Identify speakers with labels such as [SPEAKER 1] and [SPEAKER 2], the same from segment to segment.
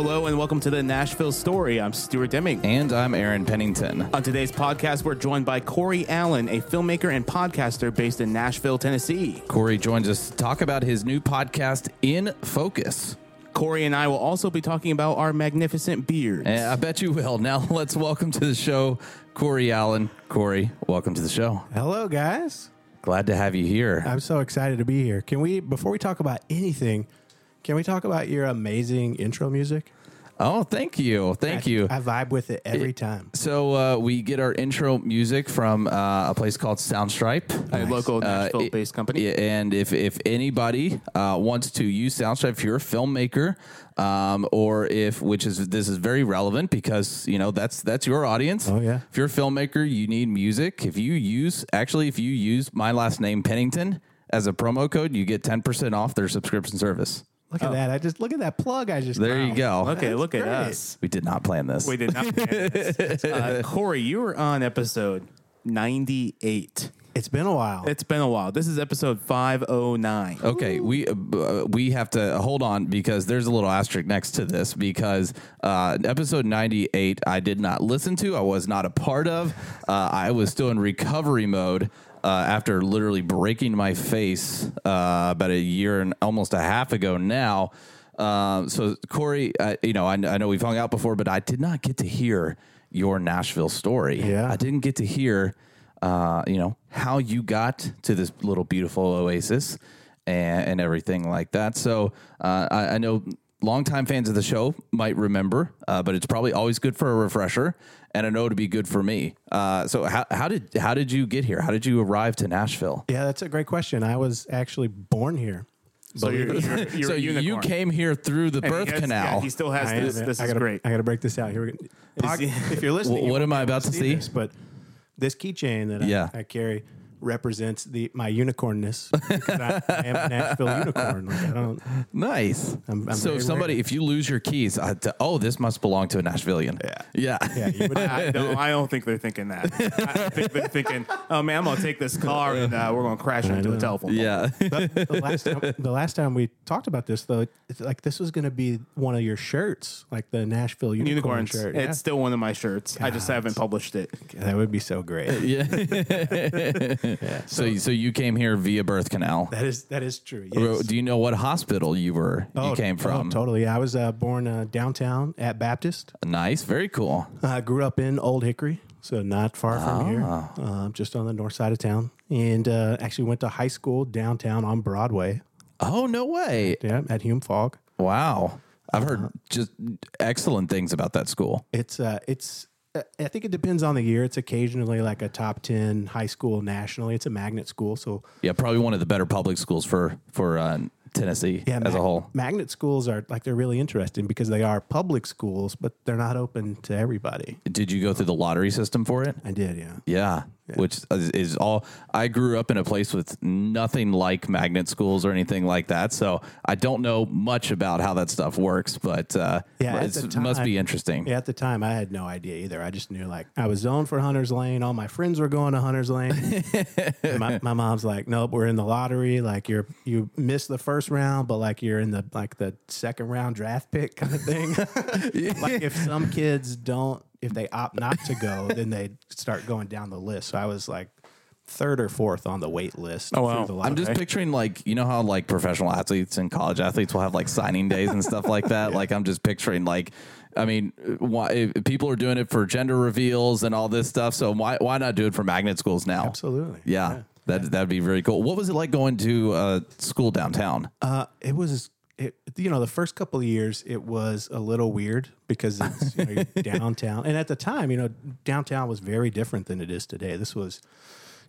[SPEAKER 1] to the Nashville Story. I'm Stuart Deming.
[SPEAKER 2] And I'm Aaron Pennington.
[SPEAKER 1] On today's podcast, we're joined by Corey Allen, a filmmaker and podcaster based in Nashville, Tennessee.
[SPEAKER 2] Corey joins us to talk about his new podcast, In Focus.
[SPEAKER 1] Corey and I will also be talking about our magnificent beards.
[SPEAKER 2] Eh, I bet you will. Now let's welcome to the show Corey Allen. Corey, welcome to the show.
[SPEAKER 3] Hello, guys.
[SPEAKER 2] Glad to have you here.
[SPEAKER 3] I'm so excited to be here. Can we, before we talk about anything, can we talk about your amazing intro music?
[SPEAKER 2] Oh, thank you. Thank
[SPEAKER 3] I-
[SPEAKER 2] you.
[SPEAKER 3] I vibe with it every time.
[SPEAKER 2] So uh, we get our intro music from uh, a place called Soundstripe.
[SPEAKER 1] A local
[SPEAKER 2] Uh,
[SPEAKER 1] Nashville-based
[SPEAKER 2] it-
[SPEAKER 1] company.
[SPEAKER 2] yeah, and if if anybody uh, wants to use Soundstripe, if you're a filmmaker, um, or if which is this is very relevant because you know that's that's your audience.
[SPEAKER 3] Oh, yeah.
[SPEAKER 2] If you're a filmmaker, you need music. If you use actually, if you use my last name Pennington as a promo code, you get ten percent off their subscription service.
[SPEAKER 3] Look at that. I just look at that plug I just
[SPEAKER 2] Oh. There you
[SPEAKER 3] found.
[SPEAKER 2] go.
[SPEAKER 1] Okay, look at
[SPEAKER 3] great.
[SPEAKER 1] us.
[SPEAKER 2] We did not plan this.
[SPEAKER 1] We did not. plan this. Uh, Corey, you were on episode 98.
[SPEAKER 3] It's been a while.
[SPEAKER 1] It's been a while. This is episode 509.
[SPEAKER 2] Okay, we uh, b- uh, we have to hold on because there's a little asterisk next to this because uh, episode 98 I did not listen to. I was not a part of. Uh, I was still in recovery mode uh, after literally breaking my face uh, about a year and almost a half ago now. Um, so Corey, I, you know, I, I know we've hung out before, but I did not get to hear your Nashville story.
[SPEAKER 3] Yeah.
[SPEAKER 2] I didn't get to hear, uh, you know, how you got to this little beautiful oasis and, and everything like that. So uh, I, I know longtime fans of the show might remember, uh, but it's probably always good for a refresher, and I know it'd be good for me. Uh, so how, how did how did you get here? How did you arrive to Nashville?
[SPEAKER 3] yeah, that's a great question. I was actually born here.
[SPEAKER 1] So you're, you're, you're
[SPEAKER 2] so
[SPEAKER 1] a
[SPEAKER 2] you
[SPEAKER 1] unicorn.
[SPEAKER 2] came here through the
[SPEAKER 1] And he
[SPEAKER 2] birth
[SPEAKER 1] has-
[SPEAKER 2] canal.
[SPEAKER 1] Yeah, he still has
[SPEAKER 3] I
[SPEAKER 1] this.
[SPEAKER 3] am-
[SPEAKER 1] This
[SPEAKER 3] I
[SPEAKER 1] is
[SPEAKER 3] gotta,
[SPEAKER 1] great.
[SPEAKER 3] I got to break this out. Here we go. Pod- if you're listening,
[SPEAKER 2] Wh-
[SPEAKER 3] you
[SPEAKER 2] what am I about to
[SPEAKER 3] see
[SPEAKER 2] see?
[SPEAKER 3] this, but this keychain that I-
[SPEAKER 2] Yeah.
[SPEAKER 3] I, carry represents the my unicornness. because I, I am a Nashville unicorn. Like, I don't.
[SPEAKER 2] Nice.
[SPEAKER 3] I'm- I'm
[SPEAKER 2] so
[SPEAKER 3] very
[SPEAKER 2] if somebody, if you lose your keys, I, to, oh, this must belong to a Nashvilleian. Yeah.
[SPEAKER 3] Yeah, you would,
[SPEAKER 1] I don't, I don't think they're thinking that. I think they're thinking, oh man, I'm gonna take this car and uh, we're gonna crash into a telephone. pole."
[SPEAKER 2] Yeah.
[SPEAKER 3] But the last time, the last time we talked about this though, it's like this was going to be one of your shirts, like the Nashville unicorn
[SPEAKER 1] Unicorns.
[SPEAKER 3] shirt.
[SPEAKER 1] It's still one of my shirts. I just haven't published it.
[SPEAKER 3] Yeah. that would be so great.
[SPEAKER 2] So, so you came here via birth canal.
[SPEAKER 3] That is that is true.
[SPEAKER 2] Ro-
[SPEAKER 3] yes.
[SPEAKER 2] Do you know what hospital you were
[SPEAKER 3] Oh,
[SPEAKER 2] you came
[SPEAKER 3] oh,
[SPEAKER 2] from?
[SPEAKER 3] totally. I was uh, born uh, downtown at Baptist.
[SPEAKER 2] Nice, very cool.
[SPEAKER 3] I grew up in Old Hickory, so not far
[SPEAKER 2] Ah.
[SPEAKER 3] from here, um, just on the north side of town. And uh, actually went to high school downtown on Broadway.
[SPEAKER 2] Oh no way!
[SPEAKER 3] Yeah, at Hume Fogg.
[SPEAKER 2] Wow, I've heard just excellent things about that school.
[SPEAKER 3] It's uh, it's. uh, I think it depends on the year. It's occasionally like a top ten high school nationally. It's a magnet school, so
[SPEAKER 2] Yeah, probably one of the better public schools for for uh, Tennessee
[SPEAKER 3] yeah,
[SPEAKER 2] as a
[SPEAKER 3] mag-
[SPEAKER 2] whole.
[SPEAKER 3] magnet schools are like they're really interesting because they are public schools, but they're not open to everybody.
[SPEAKER 2] Did you go through the lottery system for it?
[SPEAKER 3] I did, yeah.
[SPEAKER 2] Yeah, which is, is all. I grew up in a place with nothing like magnet schools or anything like that, so I don't know much about how that stuff works. But uh,
[SPEAKER 3] Yeah, at
[SPEAKER 2] it's-
[SPEAKER 3] the
[SPEAKER 2] it must be
[SPEAKER 3] time-
[SPEAKER 2] interesting.
[SPEAKER 3] Yeah, at the time I had no idea either. I just knew like I was zoned for Hunter's Lane. All my friends were going to Hunter's Lane. And my, my mom's like, nope, we're in the lottery. Like you're you missed the first round, but like you're in the like the second round draft pick kind of thing. like if some kids don't, if they opt not to go, then they start going down the list. So I was like third or fourth on the wait list. Oh
[SPEAKER 1] wow.
[SPEAKER 2] I'm just picturing like you know how like professional athletes and college athletes will have like signing days and stuff like that. Like I'm just picturing like, I mean, why if people are doing it for gender reveals and all this stuff. So why why not do it for magnet schools now?
[SPEAKER 3] Absolutely.
[SPEAKER 2] Yeah, that that'd be very cool. What was it like going to uh, school downtown?
[SPEAKER 3] Uh, it was it, you know the first couple of years it was a little weird because it's you know, you're downtown and at the time you know downtown was very different than it is today this was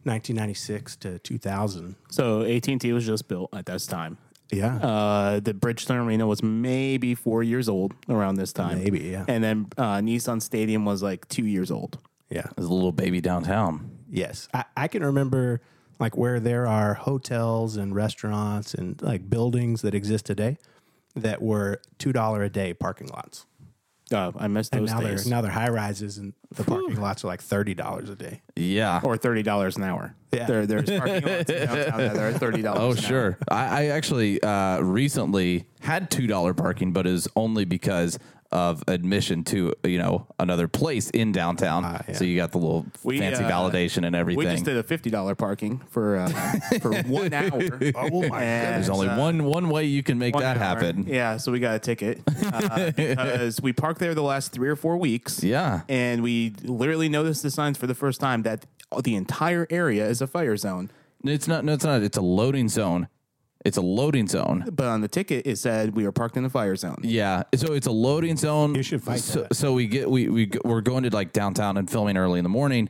[SPEAKER 3] 1996 to 2000
[SPEAKER 1] So AT&T was just built at this time.
[SPEAKER 3] yeah
[SPEAKER 1] Uh, the Bridgestone Arena was maybe four years old around this time.
[SPEAKER 3] Maybe, yeah.
[SPEAKER 1] And then uh, Nissan Stadium was like two years old.
[SPEAKER 3] yeah
[SPEAKER 2] It was a little baby downtown.
[SPEAKER 3] yes I, I can remember like where there are hotels and restaurants and like buildings that exist today that were two dollar a day parking lots
[SPEAKER 1] Uh, I missed
[SPEAKER 3] and
[SPEAKER 1] those
[SPEAKER 3] now they're
[SPEAKER 1] days.
[SPEAKER 3] now they're high rises and the parking lots are like thirty dollars a day
[SPEAKER 2] Yeah.
[SPEAKER 1] or thirty dollars an hour.
[SPEAKER 3] Yeah.
[SPEAKER 1] There, there's parking lots in downtown that are thirty dollars.
[SPEAKER 2] Oh sure. I, I actually uh, recently had two dollar parking, but it was only because of admission to you know another place in downtown.
[SPEAKER 3] yeah.
[SPEAKER 2] So you got the little
[SPEAKER 1] We,
[SPEAKER 2] fancy
[SPEAKER 1] uh,
[SPEAKER 2] validation and everything.
[SPEAKER 1] We just did a fifty dollar parking for uh, for one hour. uh,
[SPEAKER 3] Oh my
[SPEAKER 2] There's only one one way you can make
[SPEAKER 1] one
[SPEAKER 2] that
[SPEAKER 1] hour.
[SPEAKER 2] happen.
[SPEAKER 1] Yeah, so we got a ticket uh, because we parked there the last three or four weeks.
[SPEAKER 2] Yeah.
[SPEAKER 1] and we literally noticed the signs for the first time that the entire area is a fire zone.
[SPEAKER 2] It's not. No, it's not. It's a loading zone. It's a loading zone.
[SPEAKER 1] But on the ticket, it said we are parked in the fire zone.
[SPEAKER 2] Yeah, so it's a loading zone.
[SPEAKER 3] You should fight
[SPEAKER 2] So,
[SPEAKER 3] that.
[SPEAKER 2] so we get we we go- we're going to like downtown and filming early in the morning,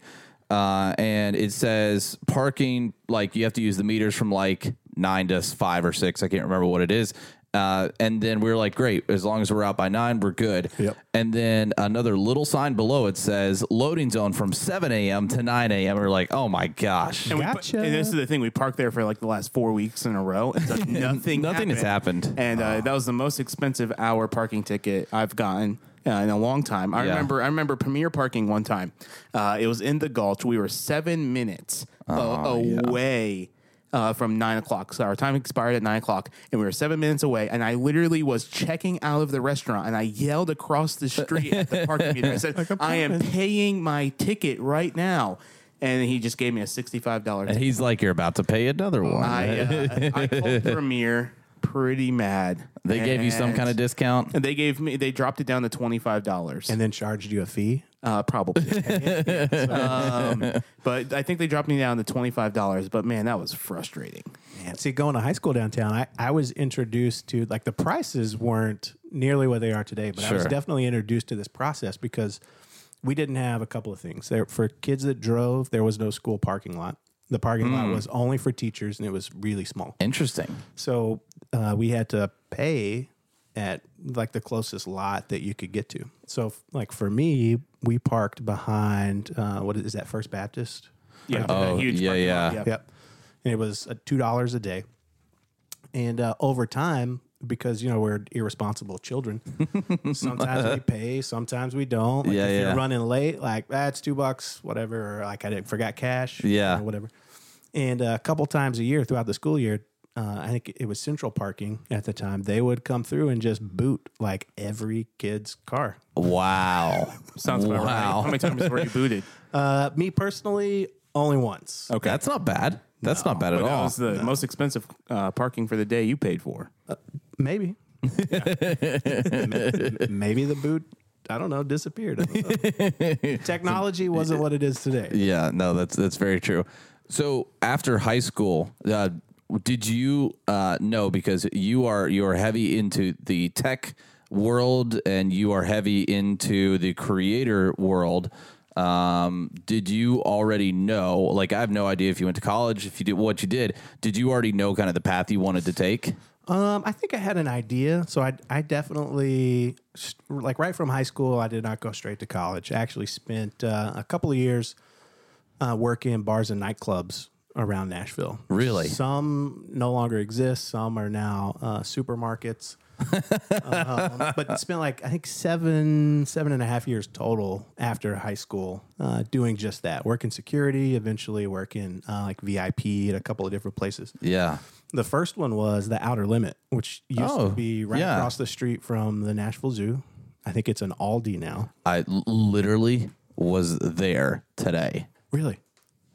[SPEAKER 2] uh, and it says parking like you have to use the meters from like nine to five or six. I can't remember what it is. Uh, and then we were like, great, as long as we're out by nine, we're good.
[SPEAKER 3] Yep.
[SPEAKER 2] And then another little sign below it says loading zone from 7 a.m. to 9 a.m. We're like, oh my gosh.
[SPEAKER 1] And, we-
[SPEAKER 3] Gotcha.
[SPEAKER 1] and this is the thing we parked there for like the last four weeks in a row. And so nothing.
[SPEAKER 2] Nothing has happened.
[SPEAKER 1] And uh, that was the most expensive hour parking ticket I've gotten. Uh, in a long time, I
[SPEAKER 2] Yeah.
[SPEAKER 1] remember. I remember Premier parking one time. Uh, it was in the Gulch. We were seven minutes a- away uh, from nine o'clock. So our time expired at nine o'clock, and we were seven minutes away. And I literally was checking out of the restaurant, and I yelled across the street at the parking meter. I said, "I am paying my ticket right now," and he just gave me a sixty-five dollars.
[SPEAKER 2] And he's like, you're about to pay another one.
[SPEAKER 1] I, uh, I called Premier pretty mad.
[SPEAKER 2] they gave you some
[SPEAKER 1] And-
[SPEAKER 2] kind of discount.
[SPEAKER 1] And they gave me. They dropped it down to twenty five dollars,
[SPEAKER 3] And then charged you a fee.
[SPEAKER 1] uh, probably. um, but I think they dropped me down to twenty five dollars. But man, that was frustrating.
[SPEAKER 3] Man, see, going to high school downtown, I, I was introduced to like the prices weren't nearly what they are today, but I was
[SPEAKER 2] Sure.
[SPEAKER 3] definitely introduced to this process because we didn't have a couple of things. There for kids that drove, there was no school parking lot. The parking lot was only for teachers and it was really small.
[SPEAKER 2] Interesting.
[SPEAKER 3] So uh, we had to pay at like the closest lot that you could get to. So f- like for me, we parked behind uh, what is that First Baptist?
[SPEAKER 1] Yeah,
[SPEAKER 2] Oh,
[SPEAKER 1] parking
[SPEAKER 2] yeah,
[SPEAKER 1] lot.
[SPEAKER 2] yeah.
[SPEAKER 3] Yep. And it was uh, two dollars a day. And uh, over time, because you know we're irresponsible children, sometimes we pay, sometimes we don't. Like
[SPEAKER 2] Yeah,
[SPEAKER 3] if
[SPEAKER 2] yeah.
[SPEAKER 3] you're running late, like that's two bucks, whatever. Or like I didn't, forgot cash,
[SPEAKER 2] Yeah.
[SPEAKER 3] or whatever. And uh, a couple times a year throughout the school year, uh, I think it was Central Parking at the time. They would come through and just boot like every kid's car.
[SPEAKER 2] Wow.
[SPEAKER 1] Sounds about right.
[SPEAKER 2] Wow.
[SPEAKER 1] How many times were you booted?
[SPEAKER 3] Uh, me personally, only once.
[SPEAKER 2] Okay. That's not bad. That's not bad at
[SPEAKER 1] That
[SPEAKER 2] all.
[SPEAKER 1] was the most expensive uh, parking for the day you paid for.
[SPEAKER 3] Maybe. Maybe the boot, I don't know, disappeared. I don't know. Technology wasn't what it is today.
[SPEAKER 2] yeah. No, that's that's very true. So after high school, uh, did you uh, know because you are you are heavy into the tech world and you are heavy into the creator world. Um, did you already know? Like, I have no idea if you went to college, if you did what you did. Did you already know kind of the path you wanted to take?
[SPEAKER 3] Um, I think I had an idea. So I, I definitely, st- like right from high school, I did not go straight to college. I actually spent uh, a couple of years uh, working in bars and nightclubs around Nashville.
[SPEAKER 2] Really?
[SPEAKER 3] Some no longer exist, some are now uh, supermarkets. um, but spent like I think seven, seven and a half years total after high school uh, doing just that. Working security, eventually working uh, like VIP at a couple of different places.
[SPEAKER 2] Yeah.
[SPEAKER 3] The first one was the Outer Limit, which used
[SPEAKER 2] Oh,
[SPEAKER 3] to be right
[SPEAKER 2] yeah.
[SPEAKER 3] across the street from the Nashville Zoo. I think it's an Aldi now.
[SPEAKER 2] I l- literally was there today.
[SPEAKER 3] Really?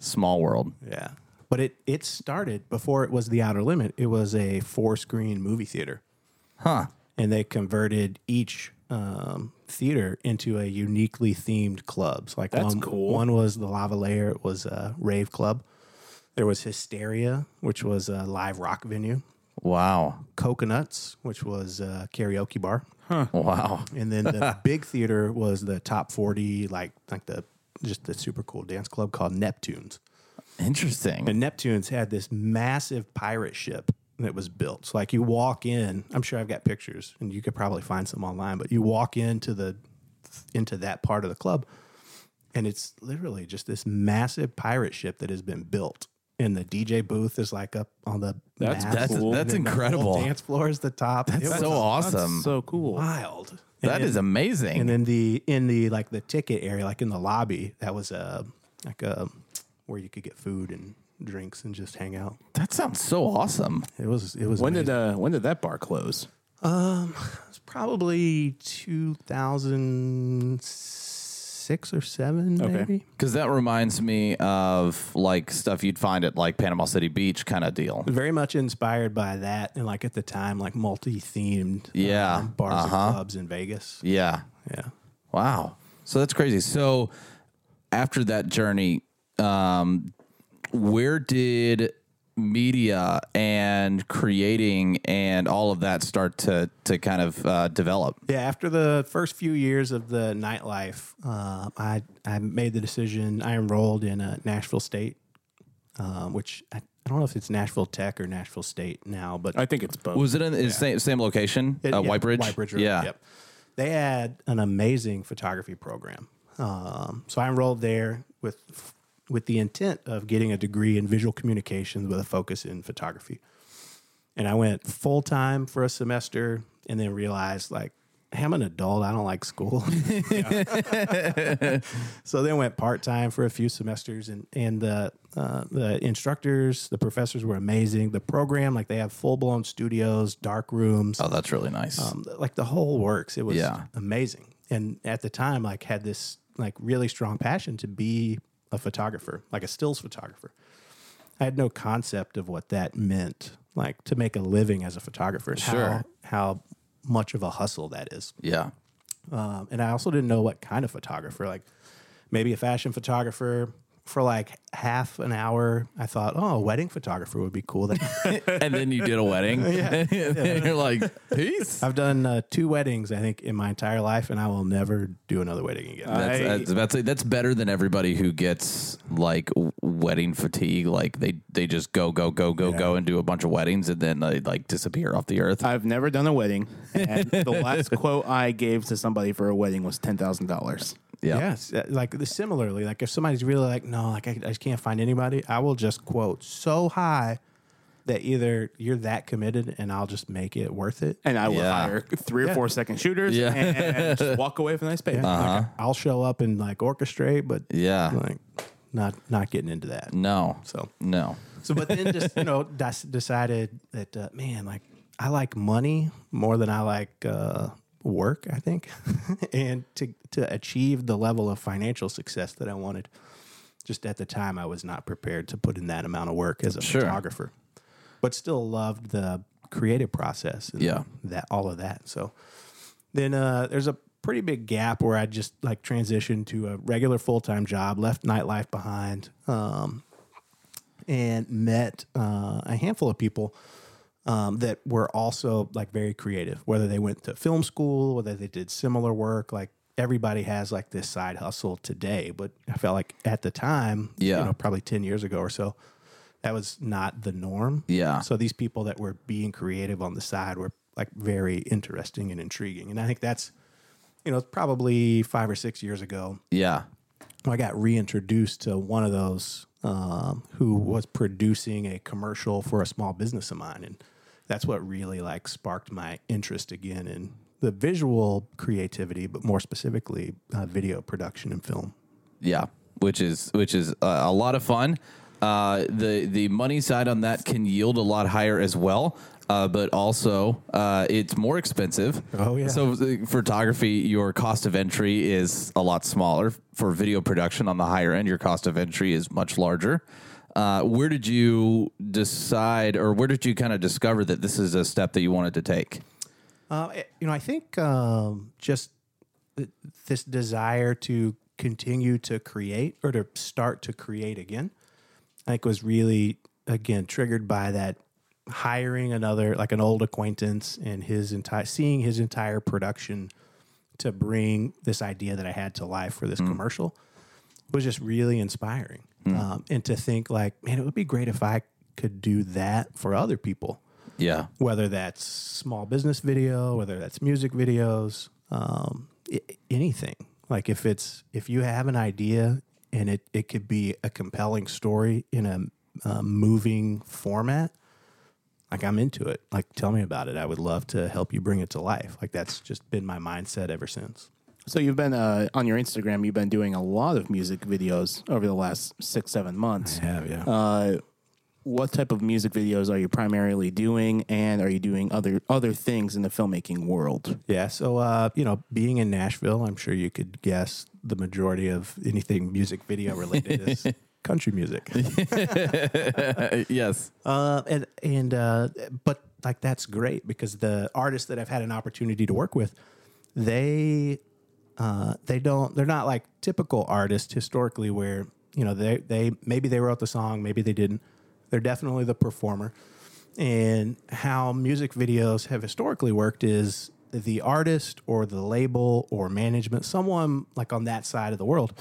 [SPEAKER 2] Small world.
[SPEAKER 3] Yeah. But it it started before it was the Outer Limit. It was a four screen movie theater,
[SPEAKER 2] Huh.
[SPEAKER 3] and they converted each um, theater into a uniquely themed clubs. Like that's one,
[SPEAKER 1] cool.
[SPEAKER 3] One was the Lavalier. It was a rave club. There was Hysteria, which was a live rock venue.
[SPEAKER 2] Wow.
[SPEAKER 3] Coconuts, which was a karaoke bar.
[SPEAKER 2] Wow.
[SPEAKER 3] and then the big theater was the top 40 like like the just the super cool dance club called neptunes
[SPEAKER 2] Interesting.
[SPEAKER 3] and neptunes had this massive pirate ship that was built so like you walk in i'm sure i've got pictures and you could probably find some online but you walk into the into that part of the club and it's literally just this massive pirate ship that has been built and the DJ booth is like up on the
[SPEAKER 1] That's-
[SPEAKER 3] mast.
[SPEAKER 2] that's-
[SPEAKER 3] And
[SPEAKER 2] that's
[SPEAKER 3] then the whole
[SPEAKER 2] incredible.
[SPEAKER 3] dance floor is the top. That's
[SPEAKER 2] so awesome.
[SPEAKER 1] So cool.
[SPEAKER 3] wild.
[SPEAKER 2] That is amazing.
[SPEAKER 3] And then the in the like the ticket area, like in the lobby, that was a like a where you could get food and drinks and just hang out.
[SPEAKER 2] that sounds so awesome.
[SPEAKER 3] It was it was
[SPEAKER 1] When
[SPEAKER 3] amazing.
[SPEAKER 1] did uh, when did that bar close?
[SPEAKER 3] It's probably 2006 or seven,
[SPEAKER 1] Okay.
[SPEAKER 3] maybe.
[SPEAKER 2] Because that reminds me of like stuff you'd find at like Panama City Beach kind of deal.
[SPEAKER 3] Very much inspired by that, and like at the time, like multi-themed,
[SPEAKER 2] Yeah.
[SPEAKER 3] um, bars
[SPEAKER 2] Uh-huh.
[SPEAKER 3] and clubs in Vegas.
[SPEAKER 2] Yeah.
[SPEAKER 3] Yeah,
[SPEAKER 2] Wow. So that's crazy. So after that journey, um, where did media and creating and all of that start to to kind of uh, develop?
[SPEAKER 3] yeah. After the first few years of the nightlife, uh, I I made the decision. I enrolled in uh, Nashville State, um, which I, I don't know if it's Nashville Tech or Nashville State now, but
[SPEAKER 1] I think it's both.
[SPEAKER 2] Was it in the same, same location?
[SPEAKER 3] It-
[SPEAKER 2] uh,
[SPEAKER 3] yeah,
[SPEAKER 2] White Bridge?
[SPEAKER 3] White Bridge. Road,
[SPEAKER 2] Yeah.
[SPEAKER 3] Yep. They had an amazing photography program. Um, so I enrolled there with with the intent of getting a degree in visual communications with a focus in photography. And I went full time for a semester and then realized like hey, I'm an adult. I don't like school. so then went part time for a few semesters, and and the uh, the instructors, the professors were amazing. The program, like they have full blown studios, dark rooms
[SPEAKER 2] Oh, that's really nice.
[SPEAKER 3] um, like the whole works. It was
[SPEAKER 2] Yeah.
[SPEAKER 3] amazing. And at the time, like had this like really strong passion to be a photographer, like a stills photographer. I had no concept of what that meant, like to make a living as a photographer. and
[SPEAKER 2] Sure.
[SPEAKER 3] How, how much of a hustle that is.
[SPEAKER 2] yeah.
[SPEAKER 3] Um, and I also didn't know what kind of photographer, like maybe a fashion photographer. For like half an hour, I thought, oh, a wedding photographer would be cool. That
[SPEAKER 2] and then you did a wedding. and then you're like, peace.
[SPEAKER 3] I've done uh, two weddings, I think, in my entire life, and I will never do another wedding again.
[SPEAKER 2] That's, that's, that's, that's better than everybody who gets like w- wedding fatigue. Like they, they just go, go, go, go, go and do a bunch of weddings and then they like disappear off the earth.
[SPEAKER 1] I've never done a wedding, and the last quote I gave to somebody for a wedding was ten thousand dollars.
[SPEAKER 2] yeah.
[SPEAKER 3] Yes, uh, like the- similarly, like if somebody's really like, no, like I, I just can't find anybody, I will just quote so high that either you're that committed and I'll just make it worth it.
[SPEAKER 1] And I will
[SPEAKER 2] Yeah.
[SPEAKER 1] hire three or four second shooters
[SPEAKER 2] Yeah.
[SPEAKER 1] and just walk away with a nice pay.
[SPEAKER 3] Yeah, like, I'll show up and like orchestrate, but
[SPEAKER 2] uh-huh. Yeah. Mm.
[SPEAKER 3] like not not getting into that.
[SPEAKER 2] No.
[SPEAKER 3] So
[SPEAKER 2] No.
[SPEAKER 3] so, but then just you know dis- decided that uh, man, like I like money more than I like uh, work. I think, and to to achieve the level of financial success that I wanted, just at the time I was not prepared to put in that amount of work as a
[SPEAKER 2] Sure.
[SPEAKER 3] photographer, but still loved the creative process. And
[SPEAKER 2] Yeah.
[SPEAKER 3] that all of that. So then uh, there's a pretty big gap where I just like transitioned to a regular full time job, left nightlife behind, um, and met uh, a handful of people um, that were also like very creative. Whether they went to film school, whether they did similar work, like everybody has like this side hustle today. But I felt like at the time,
[SPEAKER 2] Yeah.
[SPEAKER 3] you know, probably ten years ago or so. That was not the norm.
[SPEAKER 2] Yeah.
[SPEAKER 3] So these people that were being creative on the side were like very interesting and intriguing. And I think that's, you know, it's probably five or six years ago.
[SPEAKER 2] Yeah.
[SPEAKER 3] I got reintroduced to one of those um, who was producing a commercial for a small business of mine, and that's what really like sparked my interest again in the visual creativity, but more specifically, uh, video production and film.
[SPEAKER 2] Yeah. Which is, which is uh, a lot of fun. Uh, the, the money side on that can yield a lot higher as well. Uh, but also, uh, it's more expensive.
[SPEAKER 3] Oh, yeah.
[SPEAKER 2] So uh, photography, your cost of entry is a lot smaller. For video production on the higher end, your cost of entry is much larger. Uh, where did you decide, or where did you kind of discover that this is a step that you wanted to take?
[SPEAKER 3] Uh, I- you know, I think um, just th- this desire to continue to create or to start to create again, I think was really again triggered by that hiring another like an old acquaintance and his entire seeing his entire production to bring this idea that I had to life for this commercial was just really inspiring. Um, and to think like, man, it would be great if I could do that for other people
[SPEAKER 2] Yeah.
[SPEAKER 3] whether that's small business video, whether that's music videos, um, i- anything. Like if it's if you have an idea and it it could be a compelling story in a, uh moving format, like I'm into it. Like tell me about it. I would love to help you bring it to life. Like that's just been my mindset ever since.
[SPEAKER 1] So you've been uh, on your Instagram. You've been doing a lot of music videos over the last six, seven months.
[SPEAKER 3] have yeah.
[SPEAKER 1] Uh, what type of music videos are you primarily doing, and are you doing other other things in the filmmaking world?
[SPEAKER 3] Yeah. So, uh, you know, being in Nashville, I'm sure you could guess the majority of anything music video related is country music.
[SPEAKER 2] yes.
[SPEAKER 3] Uh, and and uh, but like that's great because the artists that I've had an opportunity to work with, they uh, they don't they're not like typical artists historically where you know they they maybe they wrote the song maybe they didn't they're definitely the performer and how music videos have historically worked is the artist or the label or management someone like on that side of the world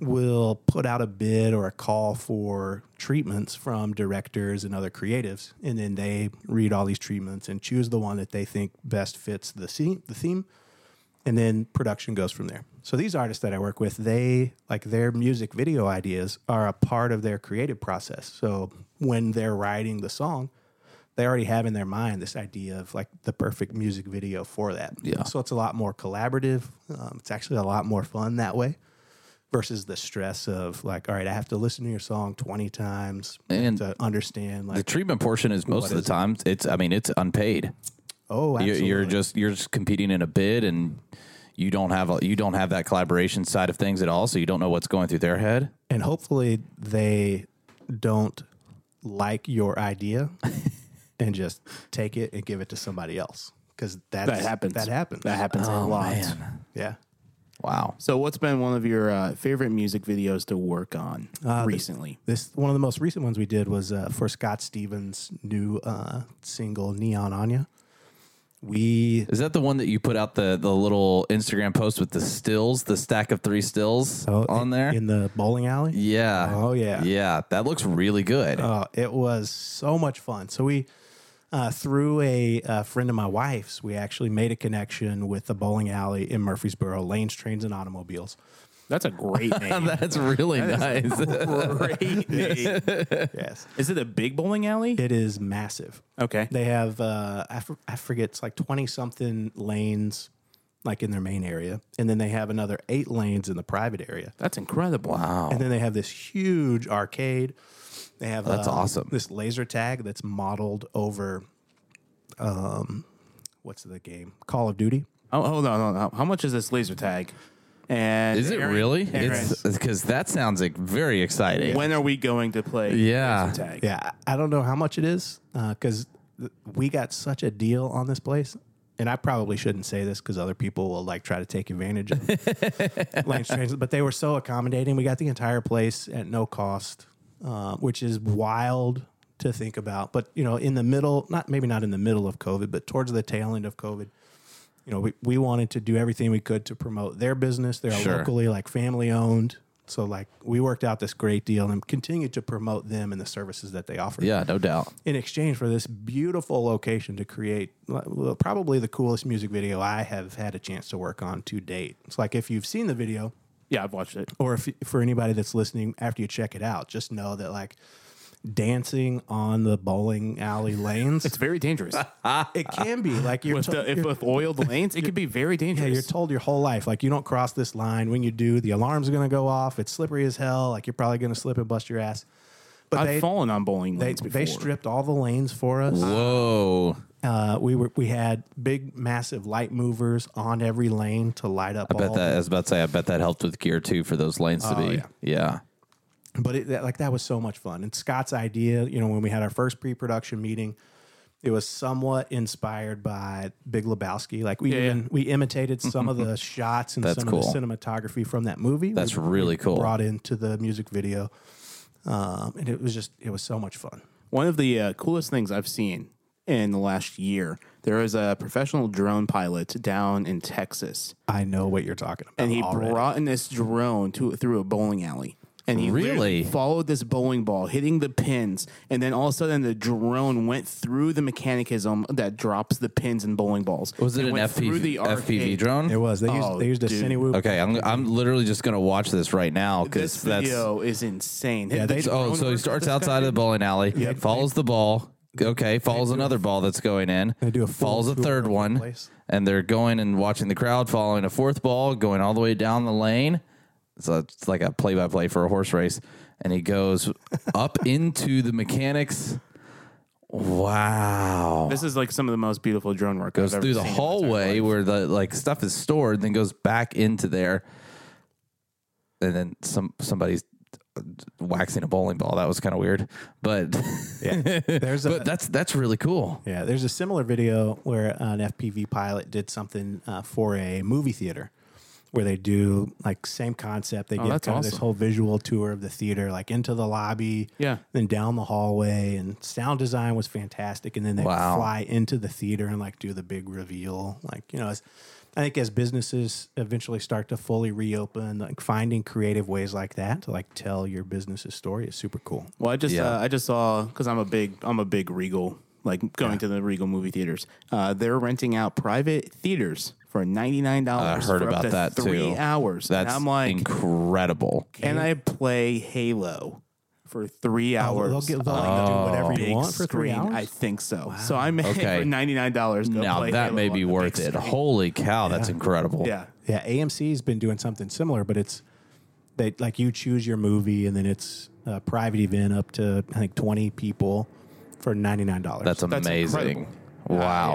[SPEAKER 3] will put out a bid or a call for treatments from directors and other creatives and then they read all these treatments and choose the one that they think best fits the scene, the theme and then production goes from there. So these artists that I work with, they like their music video ideas are a part of their creative process. So when they're writing the song, they already have in their mind this idea of like the perfect music video for that. Yeah. So it's a lot more collaborative. Um, it's actually a lot more fun that way versus the stress of like, all right, I have to listen to your song 20 times
[SPEAKER 2] And
[SPEAKER 3] to understand like,
[SPEAKER 2] The treatment portion is most of the time it's I mean it's unpaid.
[SPEAKER 3] oh,
[SPEAKER 2] You're,
[SPEAKER 3] absolutely.
[SPEAKER 2] you're just you're just competing in a bid and you don't have a, you don't have that collaboration side of things at all, so you don't know what's going through their head.
[SPEAKER 3] and hopefully they don't like your idea and just take it and give it to somebody else because
[SPEAKER 1] That happens.
[SPEAKER 3] That happens. Oh,
[SPEAKER 1] That happens a lot.
[SPEAKER 3] Yeah.
[SPEAKER 2] Wow.
[SPEAKER 1] So, what's been one of your uh, favorite music videos to work on
[SPEAKER 3] Uh,
[SPEAKER 1] recently?
[SPEAKER 3] This one of the most recent ones we did was uh, for Scott Stevens' new uh, single "Neon Anya." We
[SPEAKER 2] Is that the one that you put out the the little Instagram post with the stills, the stack of three stills on there?
[SPEAKER 3] Oh, in the bowling alley.
[SPEAKER 2] yeah.
[SPEAKER 3] Oh, yeah.
[SPEAKER 2] Yeah. That looks really good.
[SPEAKER 3] Oh, it was so much fun. So we, uh, through a, uh friend of my wife's, we actually made a connection with the bowling alley in Murfreesboro, Lanes, Trains, and Automobiles.
[SPEAKER 1] That's a great name.
[SPEAKER 2] That's really nice.
[SPEAKER 1] great name.
[SPEAKER 3] Yes,
[SPEAKER 1] Is it a big bowling alley?
[SPEAKER 3] it is massive.
[SPEAKER 1] Okay.
[SPEAKER 3] They have uh, I, for, I forget it's like twenty something lanes, like in their main area, and then they have another eight lanes in the private area.
[SPEAKER 1] That's incredible.
[SPEAKER 2] wow.
[SPEAKER 3] And then they have this huge arcade. They have um,
[SPEAKER 2] That's awesome.
[SPEAKER 3] This laser tag that's modeled over, um, what's the game? Call of Duty.
[SPEAKER 1] Oh, hold on, hold on. How much is this laser tag? And
[SPEAKER 2] Is it
[SPEAKER 1] Aaron-
[SPEAKER 2] really?
[SPEAKER 1] Aaron,
[SPEAKER 2] It's because that sounds like very exciting.
[SPEAKER 1] when are we going to play?
[SPEAKER 2] Yeah.
[SPEAKER 1] laser tag?
[SPEAKER 3] Yeah, I I don't know how much it is because th- we got such a deal on this place. And I probably shouldn't say this because other people will like try to take advantage of Lance Trains, but they were so accommodating. We got the entire place at no cost, uh, which is wild to think about. But you know, in the middle, not maybe not in the middle of COVID, but towards the tail end of COVID, you know, we, we wanted to do everything we could to promote their business. They're
[SPEAKER 2] Sure.
[SPEAKER 3] locally like family owned. So like we worked out this great deal and continued to promote them and the services that they offer
[SPEAKER 2] Yeah, no doubt.
[SPEAKER 3] in exchange for this beautiful location to create like, well, probably the coolest music video I have had a chance to work on to date. It's like if you've seen the video
[SPEAKER 1] yeah, I've watched it.
[SPEAKER 3] or if for anybody that's listening after you check it out, just know that like dancing on the bowling alley lanes,
[SPEAKER 1] It's very dangerous.
[SPEAKER 3] it can be like you're
[SPEAKER 1] with
[SPEAKER 3] to-
[SPEAKER 1] the, if with oiled lanes, it could be very dangerous.
[SPEAKER 3] Yeah, you're told your whole life, like you don't cross this line. When you do, the alarm's gonna go off. It's slippery as hell. Like you're probably gonna slip and bust your ass. But
[SPEAKER 1] I've
[SPEAKER 3] they
[SPEAKER 1] fallen on bowling
[SPEAKER 3] they,
[SPEAKER 1] lanes before.
[SPEAKER 3] they stripped all the lanes for us.
[SPEAKER 2] Whoa.
[SPEAKER 3] Uh, we were we had big, massive light movers on every lane to light up.
[SPEAKER 2] Bet
[SPEAKER 3] all.
[SPEAKER 2] that I was about to say I bet that helped with gear too for those lanes to be.
[SPEAKER 3] Oh, yeah.
[SPEAKER 2] yeah.
[SPEAKER 3] But it, that, like that was so much fun. And Scott's idea, you know, when we had our first pre-production meeting, it was somewhat inspired by Big Lebowski. Like we
[SPEAKER 1] Yeah,
[SPEAKER 3] even we imitated some of the shots and
[SPEAKER 2] That's
[SPEAKER 3] some
[SPEAKER 2] cool.
[SPEAKER 3] of the cinematography from that movie.
[SPEAKER 2] That's
[SPEAKER 3] we
[SPEAKER 2] really cool.
[SPEAKER 3] brought into the music video, um, and it was just it was so much fun.
[SPEAKER 1] One of the uh, coolest things I've seen in the last year, there was a professional drone pilot down in Texas,
[SPEAKER 3] I know what you're talking about.
[SPEAKER 1] and he
[SPEAKER 3] already.
[SPEAKER 1] brought in this drone to through a bowling alley. And he literally
[SPEAKER 2] Really?
[SPEAKER 1] followed this bowling ball, hitting the pins, and then all of a sudden the drone went through the mechanicism that drops the pins and bowling balls.
[SPEAKER 2] Was it an
[SPEAKER 1] went through
[SPEAKER 2] FPV,
[SPEAKER 1] the
[SPEAKER 2] FPV
[SPEAKER 1] arcade.
[SPEAKER 2] drone?
[SPEAKER 3] it was they used
[SPEAKER 1] Oh,
[SPEAKER 3] they used a
[SPEAKER 1] dude.
[SPEAKER 3] Cinewoop.
[SPEAKER 2] Okay, I'm, I'm literally just gonna watch this right now
[SPEAKER 1] This
[SPEAKER 2] because that's
[SPEAKER 1] video is insane.
[SPEAKER 3] Yeah, they-
[SPEAKER 1] The
[SPEAKER 2] oh,
[SPEAKER 1] drone
[SPEAKER 2] so he
[SPEAKER 1] versus
[SPEAKER 2] starts
[SPEAKER 1] this guy-
[SPEAKER 2] outside of the bowling alley, follows the ball. Okay, follows another ball that's going in.
[SPEAKER 3] They do a full
[SPEAKER 2] follows a
[SPEAKER 3] tour
[SPEAKER 2] third
[SPEAKER 3] of the
[SPEAKER 2] one,
[SPEAKER 3] place.
[SPEAKER 2] and they're going and watching the crowd, following a fourth ball, going all the way down the lane. It's, a, it's like a play by play for a horse race. And he goes up into the mechanics. Wow.
[SPEAKER 1] This is like some of the most beautiful drone work.
[SPEAKER 2] Goes
[SPEAKER 1] I've ever
[SPEAKER 2] through the
[SPEAKER 1] seen in my
[SPEAKER 2] hallway
[SPEAKER 1] entire life.
[SPEAKER 2] where the like stuff is stored, then goes back into there. And then some somebody's waxing a bowling ball. That was kind of weird. But
[SPEAKER 3] Yeah. There's a
[SPEAKER 2] but that's that's really cool.
[SPEAKER 3] Yeah, there's a similar video where an FPV pilot did something uh, for a movie theater, where they do like same concept. They give
[SPEAKER 1] Oh, that's
[SPEAKER 3] kind of this
[SPEAKER 1] awesome.
[SPEAKER 3] whole visual tour of the theater, like into the lobby,
[SPEAKER 1] Yeah.
[SPEAKER 3] then down the hallway, and sound design was fantastic. And then they
[SPEAKER 2] Wow.
[SPEAKER 3] fly into the theater and like do the big reveal, like you know. As, I think as businesses eventually start to fully reopen, like finding creative ways like that to like tell your business's story is super cool.
[SPEAKER 1] Well, I just
[SPEAKER 2] Yeah.
[SPEAKER 1] uh, I just saw because I'm a big I'm a big Regal like going to the Regal movie theaters. Uh, they're renting out private theaters for ninety nine dollars.
[SPEAKER 2] I heard
[SPEAKER 1] for up
[SPEAKER 2] about
[SPEAKER 1] to
[SPEAKER 2] that,
[SPEAKER 1] three
[SPEAKER 2] too.
[SPEAKER 1] hours. And
[SPEAKER 2] That's
[SPEAKER 1] I'm like,
[SPEAKER 2] incredible. Oh,
[SPEAKER 1] can I play Halo for three
[SPEAKER 3] They'll,
[SPEAKER 1] hours? Oh.
[SPEAKER 3] they'll, get- they'll let you do whatever you
[SPEAKER 1] Big
[SPEAKER 3] want for three
[SPEAKER 1] screen.
[SPEAKER 3] hours.
[SPEAKER 1] I think so. So I may
[SPEAKER 2] Okay.
[SPEAKER 1] for ninety nine dollars.
[SPEAKER 2] Now
[SPEAKER 1] play
[SPEAKER 2] that
[SPEAKER 1] Halo
[SPEAKER 2] may
[SPEAKER 1] on
[SPEAKER 2] be
[SPEAKER 1] the big
[SPEAKER 2] worth it.
[SPEAKER 1] screen.
[SPEAKER 2] Holy cow, that's incredible.
[SPEAKER 1] Yeah.
[SPEAKER 3] Yeah, AMC's been doing something similar, but it's they like you choose your movie and then it's a private event up to I think twenty people for ninety nine dollars.
[SPEAKER 2] That's amazing.
[SPEAKER 1] incredible.
[SPEAKER 2] wow.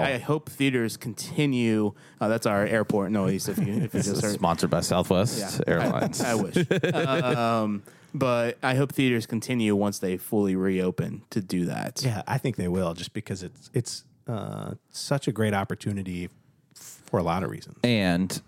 [SPEAKER 1] Uh, I, I hope theaters continue. Uh, that's our airport noise. If you if you
[SPEAKER 2] this
[SPEAKER 1] just
[SPEAKER 2] is
[SPEAKER 1] heard,
[SPEAKER 2] sponsored by Southwest
[SPEAKER 1] Yeah.
[SPEAKER 2] Airlines.
[SPEAKER 1] I wish. um, but I hope theaters continue once they fully reopen to do that.
[SPEAKER 3] yeah, I think they will just because it's it's uh, such a great opportunity for a lot of reasons.
[SPEAKER 2] and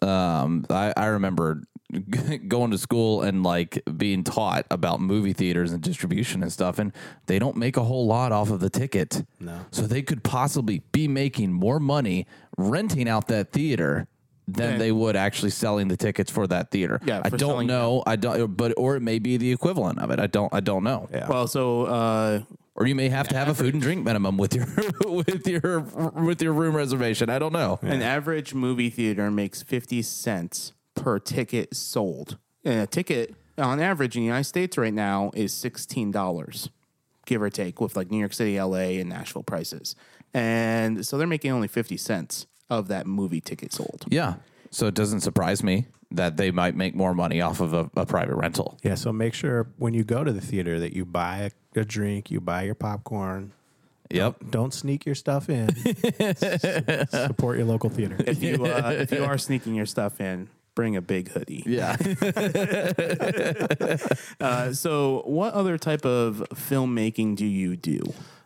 [SPEAKER 2] um, I, I remember going to school and like being taught about movie theaters and distribution and stuff, and they don't make a whole lot off of the ticket.
[SPEAKER 3] No.
[SPEAKER 2] So they could possibly be making more money renting out that theater than
[SPEAKER 1] Yeah.
[SPEAKER 2] they would actually selling the tickets for that theater.
[SPEAKER 1] Yeah,
[SPEAKER 2] I
[SPEAKER 1] for
[SPEAKER 2] don't
[SPEAKER 1] selling-
[SPEAKER 2] know. I don't, but or it may be the equivalent of it. I don't. I don't know.
[SPEAKER 3] Yeah.
[SPEAKER 1] Well, so uh,
[SPEAKER 2] Or you may have to have a food and drink minimum with your with your with your room reservation. I don't know.
[SPEAKER 1] an average movie theater makes fifty cents per ticket sold, and a ticket on average in the United States right now is sixteen dollars, give or take, with like New York City, L.A., and Nashville prices, and so they're making only fifty cents of that movie ticket sold.
[SPEAKER 2] Yeah. So it doesn't surprise me that they might make more money off of a, a private rental.
[SPEAKER 3] Yeah, so make sure when you go to the theater that you buy a, a drink, you buy your popcorn.
[SPEAKER 2] Yep.
[SPEAKER 3] Don't sneak your stuff in. S- support your local theater.
[SPEAKER 1] If you uh, if you are sneaking your stuff in, bring a big hoodie.
[SPEAKER 2] Yeah.
[SPEAKER 1] Uh, so, what other type of filmmaking do you do?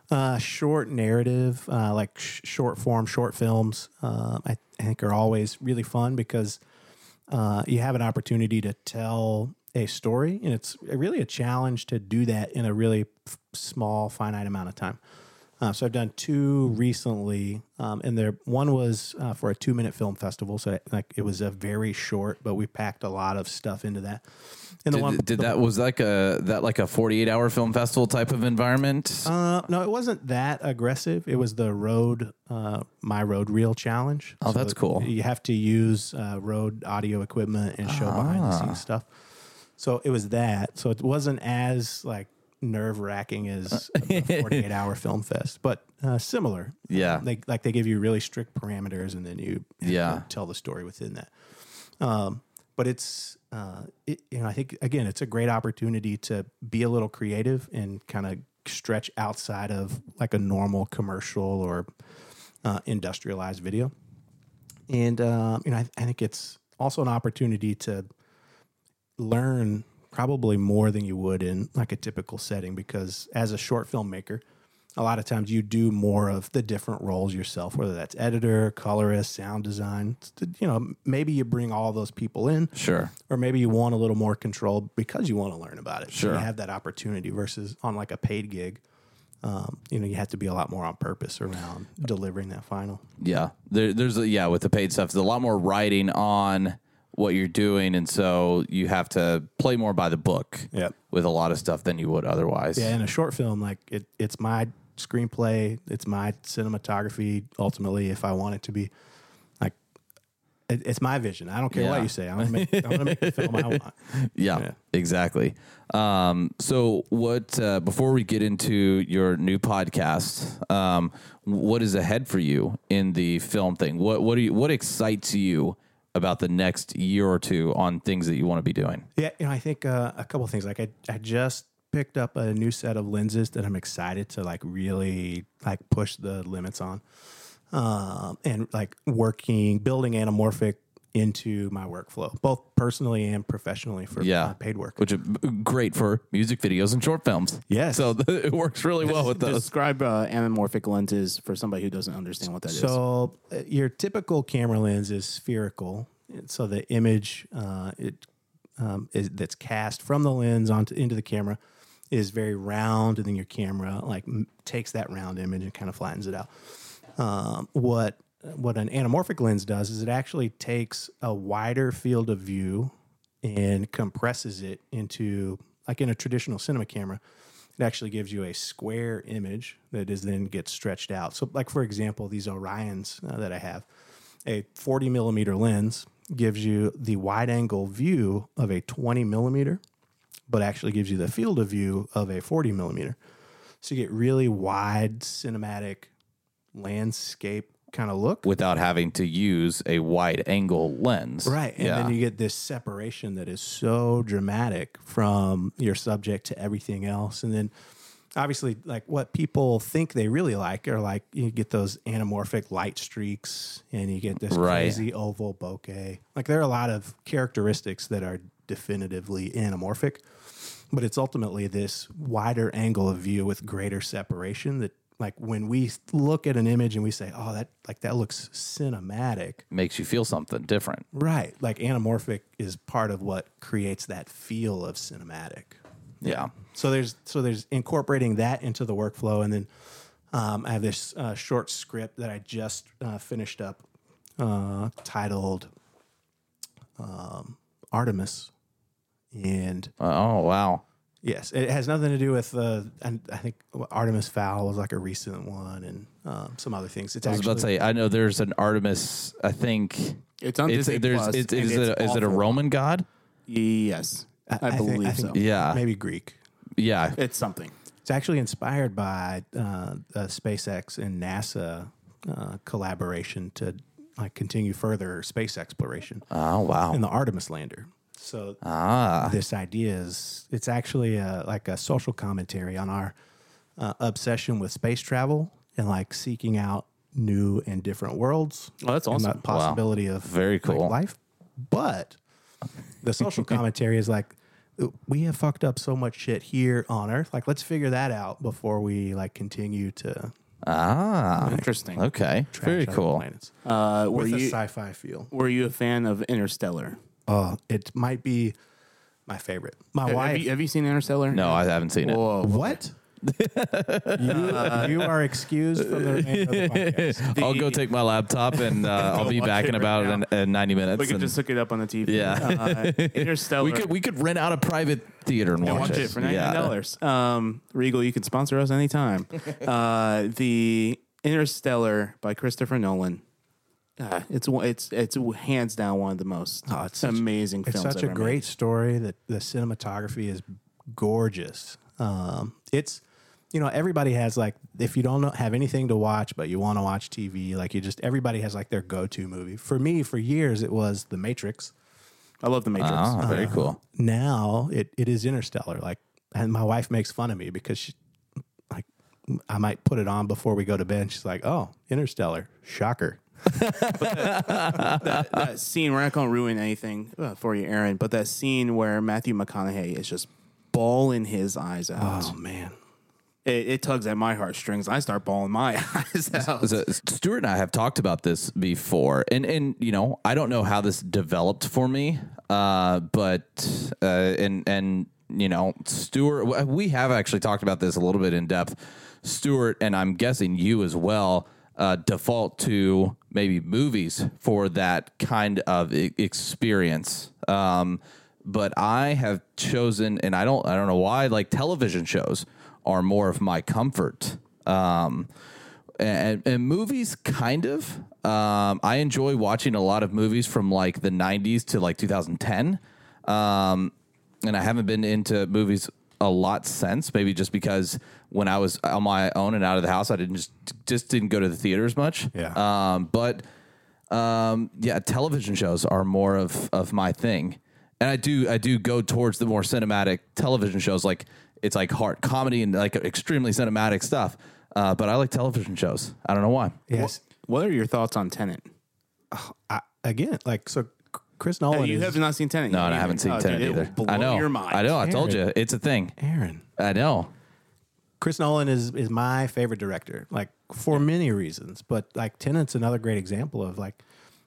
[SPEAKER 3] uh, short narrative, uh, like sh- short form, short films, uh, I think are always really fun because uh, you have an opportunity to tell a story, and it's really a challenge to do that in a really f- small, finite amount of time. Uh, so I've done two recently, um, and there one was uh, for a two minute film festival, so like it was a very short, but we packed a lot of stuff into that. And the
[SPEAKER 2] did, did that was like a that like a 48 hour film festival type of environment?
[SPEAKER 3] Uh, no, it wasn't that aggressive. It was the road, uh, my road reel challenge.
[SPEAKER 2] Oh, that's cool.
[SPEAKER 3] You have to use uh, road audio equipment and show behind the
[SPEAKER 2] Ah.
[SPEAKER 3] scenes stuff. So it was that. So it wasn't as like nerve wracking as a 48 hour film fest, but uh, similar.
[SPEAKER 2] Yeah.
[SPEAKER 3] They, like they give you really strict parameters and then you have to
[SPEAKER 2] Yeah.
[SPEAKER 3] tell the story within that. Um, but it's, uh, it, you know, I think again, it's a great opportunity to be a little creative and kind of stretch outside of like a normal commercial or uh, industrialized video. And uh, you know, I, I think it's also an opportunity to learn probably more than you would in like a typical setting because as a short filmmaker a lot of times you do more of the different roles yourself whether that's editor colorist sound design It's the- you know maybe you bring all those people in
[SPEAKER 2] sure.
[SPEAKER 3] or maybe you want a little more control because you want to learn about it
[SPEAKER 2] Sure.
[SPEAKER 3] you have that opportunity versus on like a paid gig um, you know you have to be a lot more on purpose around delivering that final
[SPEAKER 2] Yeah. There, there's a, yeah with the paid stuff, there's a lot more writing on what you're doing, and so you have to play more by the book.
[SPEAKER 3] Yep.
[SPEAKER 2] With a lot of stuff than you would otherwise.
[SPEAKER 3] Yeah, in a short film, like it, it's my screenplay, it's my cinematography. Ultimately, if I want it to be, like, it, it's my vision. I don't care
[SPEAKER 2] Yeah.
[SPEAKER 3] what you say. I'm gonna make, I'm gonna make the film I want.
[SPEAKER 2] Yeah,
[SPEAKER 3] Yeah.
[SPEAKER 2] exactly. Um, so, what uh, before we get into your new podcast, um, what is ahead for you in the film thing? What what do you, what excites you about the next year or two on things that you want to be doing?
[SPEAKER 3] Yeah, you know, I think uh, a couple things. Like I, I just picked up a new set of lenses that I'm excited to like really like push the limits on, um, and like working building anamorphic into my workflow, both personally and professionally for
[SPEAKER 2] Yeah.
[SPEAKER 3] uh, paid work.
[SPEAKER 2] Which is great for music videos and short films.
[SPEAKER 3] Yes.
[SPEAKER 2] So it works really well with those.
[SPEAKER 1] Describe uh, anamorphic lenses for somebody who doesn't understand what that is.
[SPEAKER 3] So uh, your typical camera lens is spherical, and so the image uh, it um, is, that's cast from the lens onto into the camera is very round, and then your camera like m- takes that round image and kind of flattens it out. Um, what what an anamorphic lens does is it actually takes a wider field of view and compresses it into like in a traditional cinema camera it actually gives you a square image that is then gets stretched out so like for example these orions uh, that i have a 40 millimeter lens gives you the wide angle view of a 20 millimeter but actually gives you the field of view of a 40 millimeter so you get really wide cinematic landscape kind of look
[SPEAKER 2] without having to use a wide angle lens.
[SPEAKER 3] Right. And
[SPEAKER 2] yeah.
[SPEAKER 3] then you get this separation that is so dramatic from your subject to everything else. And then obviously, like what people think they really like are like you get those anamorphic light streaks and you get this
[SPEAKER 2] Right.
[SPEAKER 3] crazy oval bokeh. Like there are a lot of characteristics that are definitively anamorphic, but it's ultimately this wider angle of view with greater separation that like when we look at an image and we say, "Oh, that like that looks cinematic."
[SPEAKER 2] Makes you feel something different.
[SPEAKER 3] Right. Like anamorphic is part of what creates that feel of cinematic.
[SPEAKER 2] Yeah.
[SPEAKER 3] So there's so there's incorporating that into the workflow, and then um, I have this uh, short script that I just uh, finished up, uh, titled um, Artemis, and
[SPEAKER 2] Uh, oh wow.
[SPEAKER 3] yes, it has nothing to do with. Uh, I, I think Artemis Fowl was like a recent one, and um, some other things. It's
[SPEAKER 2] I was
[SPEAKER 3] actually
[SPEAKER 2] about to say I know there's an Artemis. I think
[SPEAKER 1] it's on
[SPEAKER 2] it's
[SPEAKER 1] Disney
[SPEAKER 2] there's
[SPEAKER 1] Plus,
[SPEAKER 2] it's,
[SPEAKER 1] and
[SPEAKER 2] is
[SPEAKER 1] it's
[SPEAKER 2] it is it a
[SPEAKER 1] awful.
[SPEAKER 2] Roman god?
[SPEAKER 1] Yes, I,
[SPEAKER 3] think-
[SPEAKER 1] believe
[SPEAKER 3] think
[SPEAKER 1] so.
[SPEAKER 2] Yeah.
[SPEAKER 3] maybe Greek.
[SPEAKER 2] Yeah.
[SPEAKER 1] It's something.
[SPEAKER 3] It's actually inspired by uh, the SpaceX and NASA uh, collaboration to like continue further space exploration
[SPEAKER 2] Oh wow.
[SPEAKER 3] and the Artemis lander. So
[SPEAKER 2] Ah.
[SPEAKER 3] this idea is it's actually uh like a social commentary on our uh, obsession with space travel and like seeking out new and different worlds.
[SPEAKER 1] Oh, that's
[SPEAKER 3] and
[SPEAKER 1] awesome.
[SPEAKER 3] the possibility of
[SPEAKER 2] Very
[SPEAKER 3] like,
[SPEAKER 2] cool.
[SPEAKER 3] life, but the social commentary is like we have fucked up so much shit here on Earth. Like, let's figure that out before we like continue to
[SPEAKER 2] Ah.
[SPEAKER 1] Interesting.
[SPEAKER 2] Okay.
[SPEAKER 3] trash
[SPEAKER 2] Very
[SPEAKER 3] other
[SPEAKER 2] cool.
[SPEAKER 3] planets
[SPEAKER 1] Uh, were
[SPEAKER 3] with a
[SPEAKER 1] you
[SPEAKER 3] sci-fi feel.
[SPEAKER 1] were you a fan of Interstellar?
[SPEAKER 3] Oh, it might be my favorite. My
[SPEAKER 1] Have
[SPEAKER 3] wife.
[SPEAKER 1] you, have you seen Interstellar?
[SPEAKER 2] No, I haven't seen it.
[SPEAKER 1] Whoa.
[SPEAKER 3] what? you, you are excused from the remainder of the podcast.
[SPEAKER 2] I'll go take my laptop and uh, I'll be
[SPEAKER 1] watch
[SPEAKER 2] back
[SPEAKER 1] it
[SPEAKER 2] in
[SPEAKER 1] right
[SPEAKER 2] about
[SPEAKER 1] now.
[SPEAKER 2] an, uh, 90 minutes.
[SPEAKER 1] We could
[SPEAKER 2] and
[SPEAKER 1] just look it up on the TV.
[SPEAKER 2] Yeah.
[SPEAKER 1] Uh, Interstellar.
[SPEAKER 2] we could we could rent out a private theater and watch,
[SPEAKER 1] watch it for ninety
[SPEAKER 2] Yeah.
[SPEAKER 1] dollars. Um, Regal, you can sponsor us anytime. uh, the Interstellar by Christopher Nolan. Uh, it's one- it's it's hands down one of the most
[SPEAKER 3] Oh, it's such-
[SPEAKER 1] amazing.
[SPEAKER 3] It's
[SPEAKER 1] films
[SPEAKER 3] such a
[SPEAKER 1] ever
[SPEAKER 3] great
[SPEAKER 1] made.
[SPEAKER 3] story that the cinematography is gorgeous. Um, it's you know everybody has like if you don't know, have anything to watch but you want to watch TV like you just everybody has like their go-to movie. For me for years it was The Matrix.
[SPEAKER 1] I love the Matrix.
[SPEAKER 2] Ah, very cool.
[SPEAKER 3] Now it it is Interstellar like and my wife makes fun of me because she like I might put it on before we go to bed. She's like, "Oh, Interstellar. Shocker."
[SPEAKER 1] that scene we're not going to ruin anything uh, for you, Aaron. But that scene where Matthew McConaughey is just bawling his eyes out,
[SPEAKER 3] Oh man.
[SPEAKER 1] it, it tugs at my heartstrings. I start bawling my eyes out.
[SPEAKER 2] So Stuart and I have talked about this before, and and you know I don't know how this developed for me, uh, but uh, and and you know Stuart, w- we have actually talked about this a little bit in depth. Stuart and I'm guessing you as well. Uh, default to maybe movies for that kind of e- experience. Um, but I have chosen, and I don't, I don't know why. Like television shows are more of my comfort. Um, and, and movies kind of um, i enjoy watching a lot of movies from like the 90s to like 2010 um, and i haven't been into movies a lot since maybe just because when i was on my own and out of the house i didn't just just didn't go to the theater as much
[SPEAKER 3] Yeah.
[SPEAKER 2] um, but Um, yeah, television shows are more of of my thing, and I do I do go towards the more cinematic television shows. Like it's like hard comedy and like extremely cinematic stuff. Uh, but I like television shows. I don't know why.
[SPEAKER 3] Yes.
[SPEAKER 1] What are your thoughts on Tenant?
[SPEAKER 3] I, again, like so, C- Chris Nolan.
[SPEAKER 1] you
[SPEAKER 3] is,
[SPEAKER 1] have not seen Tenant.
[SPEAKER 2] No, and I haven't
[SPEAKER 1] Oh,
[SPEAKER 2] seen Tenet either. I know.
[SPEAKER 1] Your mind.
[SPEAKER 2] I know. I told
[SPEAKER 3] Aaron.
[SPEAKER 2] you, it's a thing.
[SPEAKER 3] Aaron.
[SPEAKER 2] I know.
[SPEAKER 3] Chris Nolan is is my favorite director, like for many reasons. But like Tenant's another great example of like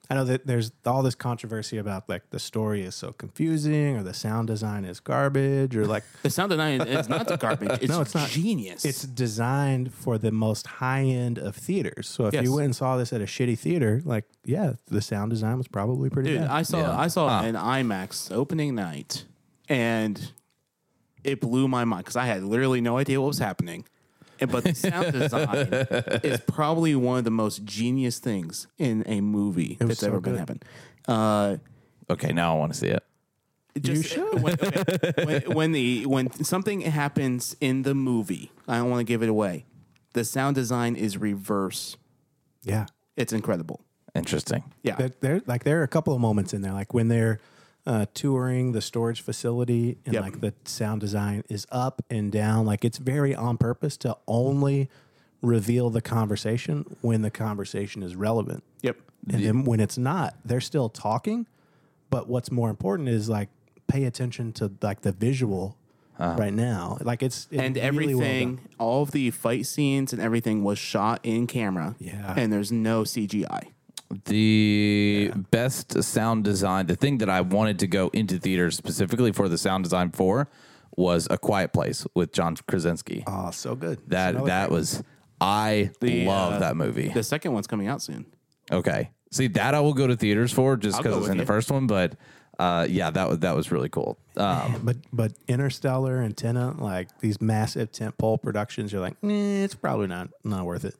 [SPEAKER 3] I know that there's all this controversy about like the story is so confusing or the sound design is garbage or like
[SPEAKER 1] The sound design is not the garbage. It's,
[SPEAKER 3] No, it's not.
[SPEAKER 1] genius.
[SPEAKER 3] it's designed for the most high end of theaters. So if
[SPEAKER 1] Yes.
[SPEAKER 3] you went and saw this at a shitty theater, like yeah, the sound design was probably pretty
[SPEAKER 1] Dude,
[SPEAKER 3] bad.
[SPEAKER 1] I saw I saw an IMAX opening night, and it blew my mind because I had literally no idea what was happening. And but the sound design is probably one of the most genius things in a movie
[SPEAKER 3] was
[SPEAKER 1] that's
[SPEAKER 3] so
[SPEAKER 1] ever been
[SPEAKER 3] good.
[SPEAKER 1] happened. Uh,
[SPEAKER 2] Okay, now I want to see it.
[SPEAKER 1] it just, uh, When, okay, when, when the when something happens in the movie, I don't want to give it away. The sound design is reverse.
[SPEAKER 3] yeah.
[SPEAKER 1] It's incredible.
[SPEAKER 2] Interesting.
[SPEAKER 1] Yeah,
[SPEAKER 3] There, there, like there are a couple of moments in there, like when they're uh, touring the storage facility, and
[SPEAKER 1] Yep.
[SPEAKER 3] like the sound design is up and down. Like it's very on purpose to only reveal the conversation when the conversation is relevant,
[SPEAKER 1] yep.
[SPEAKER 3] and then when it's not, they're still talking. But what's more important is like pay attention to like the visual right now. Like it's it's
[SPEAKER 1] Uh-huh. and
[SPEAKER 3] really well
[SPEAKER 1] everything,
[SPEAKER 3] done.
[SPEAKER 1] all of the fight scenes and everything was shot in camera.
[SPEAKER 3] Yeah.
[SPEAKER 1] And there's no CGI.
[SPEAKER 2] The best sound design, the thing that I wanted to go into theaters specifically for the sound design for was A Quiet Place with John Krasinski.
[SPEAKER 3] oh, so good.
[SPEAKER 2] that
[SPEAKER 3] Another
[SPEAKER 2] that was I
[SPEAKER 1] The,
[SPEAKER 2] love
[SPEAKER 1] uh,
[SPEAKER 2] that movie.
[SPEAKER 1] The second one's coming out soon.
[SPEAKER 2] Okay. See, that I will go to theaters for just
[SPEAKER 1] go
[SPEAKER 2] because it's
[SPEAKER 1] with
[SPEAKER 2] in the
[SPEAKER 1] you.
[SPEAKER 2] first one, but uh, yeah, that was that was really cool. Um,
[SPEAKER 3] But but Interstellar and Tenant, like these massive tentpole productions, you're like, eh, it's probably not not worth it.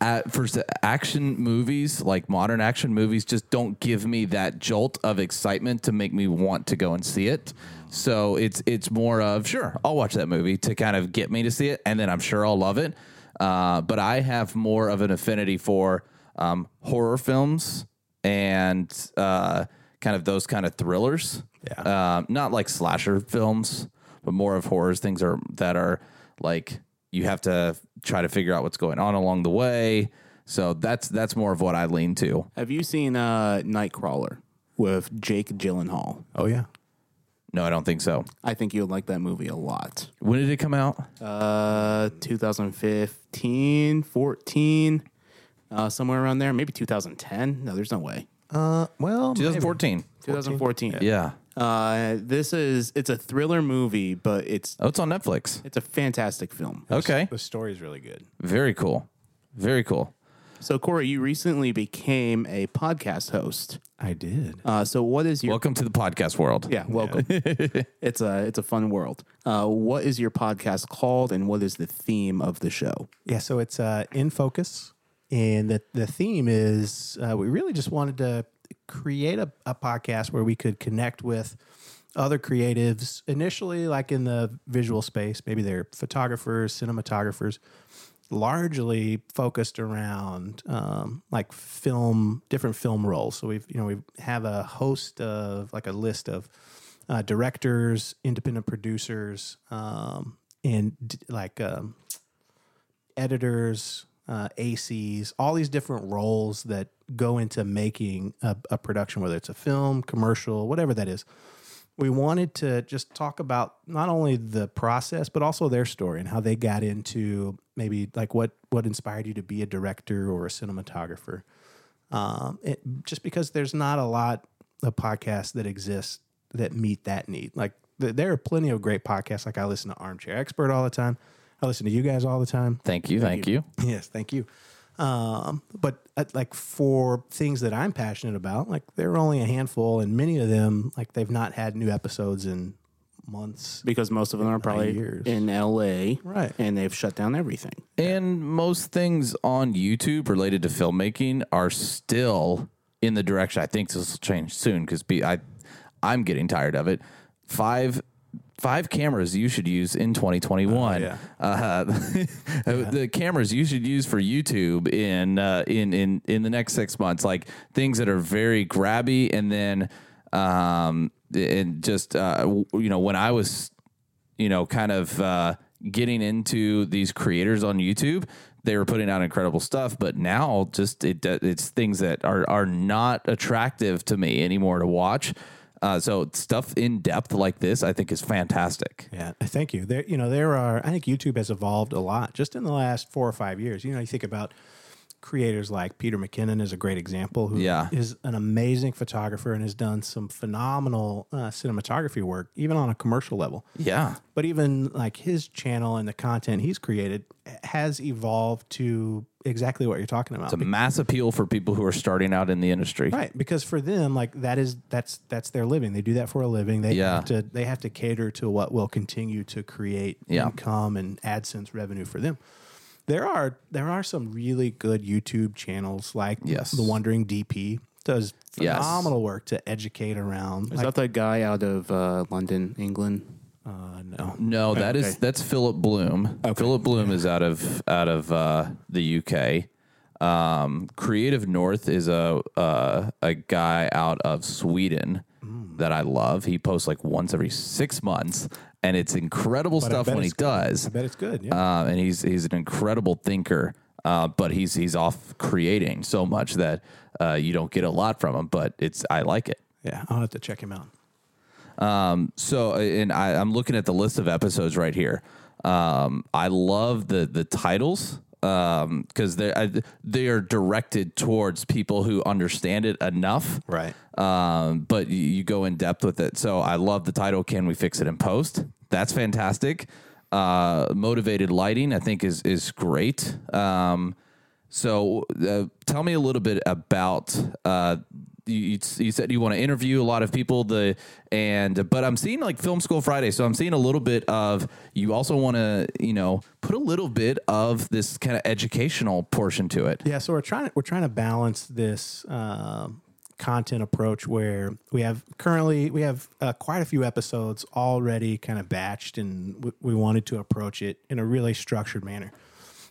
[SPEAKER 2] at first action movies like modern action movies just don't give me that jolt of excitement to make me want to go and see it so it's it's more of sure i'll watch that movie to kind of get me to see it and then i'm sure i'll love it uh, but i have more of an affinity for um, horror films and uh, kind of those kind of thrillers yeah. um, not like slasher films but more of horrors things are that are like you have to try to figure out what's going on along the way. So that's that's more of what I lean to.
[SPEAKER 1] Have you seen uh, Nightcrawler with Jake Gyllenhaal?
[SPEAKER 3] Oh yeah,
[SPEAKER 2] No, I don't think so.
[SPEAKER 1] I think you'll like that movie a lot.
[SPEAKER 2] When did it come out?
[SPEAKER 1] Uh, 2015, 14, uh, somewhere around there. Maybe 2010. No, there's no way.
[SPEAKER 3] uh, well,
[SPEAKER 2] 2014.
[SPEAKER 1] 2014.
[SPEAKER 2] Yeah.
[SPEAKER 1] Uh, this is it's a thriller movie, but it's
[SPEAKER 2] Oh, it's on Netflix.
[SPEAKER 1] it's a fantastic film.
[SPEAKER 2] Okay.
[SPEAKER 3] the story's really good.
[SPEAKER 2] Very cool. Very cool.
[SPEAKER 1] So Corey, you recently became a podcast host.
[SPEAKER 3] I did.
[SPEAKER 1] Uh, so what is your
[SPEAKER 2] Welcome to the podcast world.
[SPEAKER 1] yeah welcome? it's a it's a fun world. Uh, what is your podcast called, and what is the theme of the show?
[SPEAKER 3] Yeah, so it's uh, in focus, and the the theme is uh, we really just wanted to create a, a podcast where we could connect with other creatives initially like in the visual space maybe they're photographers cinematographers largely focused around um, like film different film roles so we've you know we have a host of like a list of uh, directors independent producers um, and d- like um, editors, uh, ACs, all these different roles that go into making a, a production, whether it's a film, commercial, whatever that is. We wanted to just talk about not only the process, but also their story and how they got into maybe like what what inspired you to be a director or a cinematographer. Um, it, just because there's not a lot of podcasts that exist that meet that need. Like th- there are plenty of great podcasts. Like I listen to Armchair Expert all the time. I listen to you guys all the time.
[SPEAKER 2] Thank you. Thank you.
[SPEAKER 3] Yes, thank you. Um, but uh, like for things that I'm passionate about, like there are only a handful, and many of them like they've not had new episodes in months.
[SPEAKER 1] Because most of them are probably
[SPEAKER 3] years.
[SPEAKER 1] in L.A.
[SPEAKER 3] Right.
[SPEAKER 1] and they've shut down everything.
[SPEAKER 2] And most things on YouTube related to filmmaking are still in the direction. I think this will change soon because I, I'm getting tired of it. Five five cameras you should use in 2021.
[SPEAKER 3] yeah.
[SPEAKER 2] Uh, the cameras you should use for YouTube in uh, in in in the next six months, like things that are very grabby, and then um, and just uh, w- you know when I was you know, kind of uh, getting into these creators on YouTube. They were putting out incredible stuff, but now just it do- it's things that are are not attractive to me anymore to watch. Uh, so stuff in depth like this, I think, is fantastic.
[SPEAKER 3] Yeah, thank you. There, you know, there are. I think YouTube has evolved a lot just in the last four or five years. You know, you think about creators like Peter McKinnon is a great example, who is
[SPEAKER 2] Yeah.
[SPEAKER 3] an amazing photographer and has done some phenomenal uh, cinematography work, even on a commercial level.
[SPEAKER 2] Yeah,
[SPEAKER 3] But even like his channel and the content he's created has evolved to exactly what you're talking about.
[SPEAKER 2] it's a mass appeal for people who are starting out in the industry.
[SPEAKER 3] Right, because for them, like that is that's that's their living. They do that for a living. They
[SPEAKER 2] Yeah.
[SPEAKER 3] have to they have to cater to what will continue to create
[SPEAKER 2] Yeah.
[SPEAKER 3] income and AdSense revenue for them. There are there are some really good YouTube channels like
[SPEAKER 2] Yes.
[SPEAKER 3] the Wandering DP does
[SPEAKER 2] Yes.
[SPEAKER 3] phenomenal work to educate around.
[SPEAKER 1] Is
[SPEAKER 3] like,
[SPEAKER 1] that the guy out of uh, London, England?
[SPEAKER 3] uh, no,
[SPEAKER 2] No, that is
[SPEAKER 1] okay.
[SPEAKER 2] that's Philip Bloom. Philip Bloom is out of out of uh, the UK. Um, Creative North is a uh, a guy out of Sweden
[SPEAKER 3] Hmm.
[SPEAKER 2] that I love. He posts like once every six months, and it's incredible stuff
[SPEAKER 3] bet
[SPEAKER 2] when he
[SPEAKER 3] it's good.
[SPEAKER 2] does.
[SPEAKER 3] I bet it's good. Yeah,
[SPEAKER 2] Uh, and he's he's an incredible thinker. Uh, but he's he's off creating so much that uh, you don't get a lot from him. But it's I like it.
[SPEAKER 3] yeah, I'll have to check him out.
[SPEAKER 2] So, and I, I'm looking at the list of episodes right here. Um, I love the the titles because they I- they are directed towards people who understand it enough,
[SPEAKER 3] Right.
[SPEAKER 2] Um, but you, you go in depth with it. So I love the title. Can we fix it in post? That's fantastic. Uh, motivated lighting, I think, is is great. Um, so uh, tell me a little bit about uh, you, you. You said you want to interview a lot of people. The and but I'm seeing like Film School Friday, so I'm seeing a little bit of you. Also want to you know put a little bit of this kind of educational portion to it.
[SPEAKER 3] Yeah, so we're trying to we're trying to balance this um, content approach where we have currently we have uh, quite a few episodes already kind of batched, and w- we wanted to approach it in a really structured manner.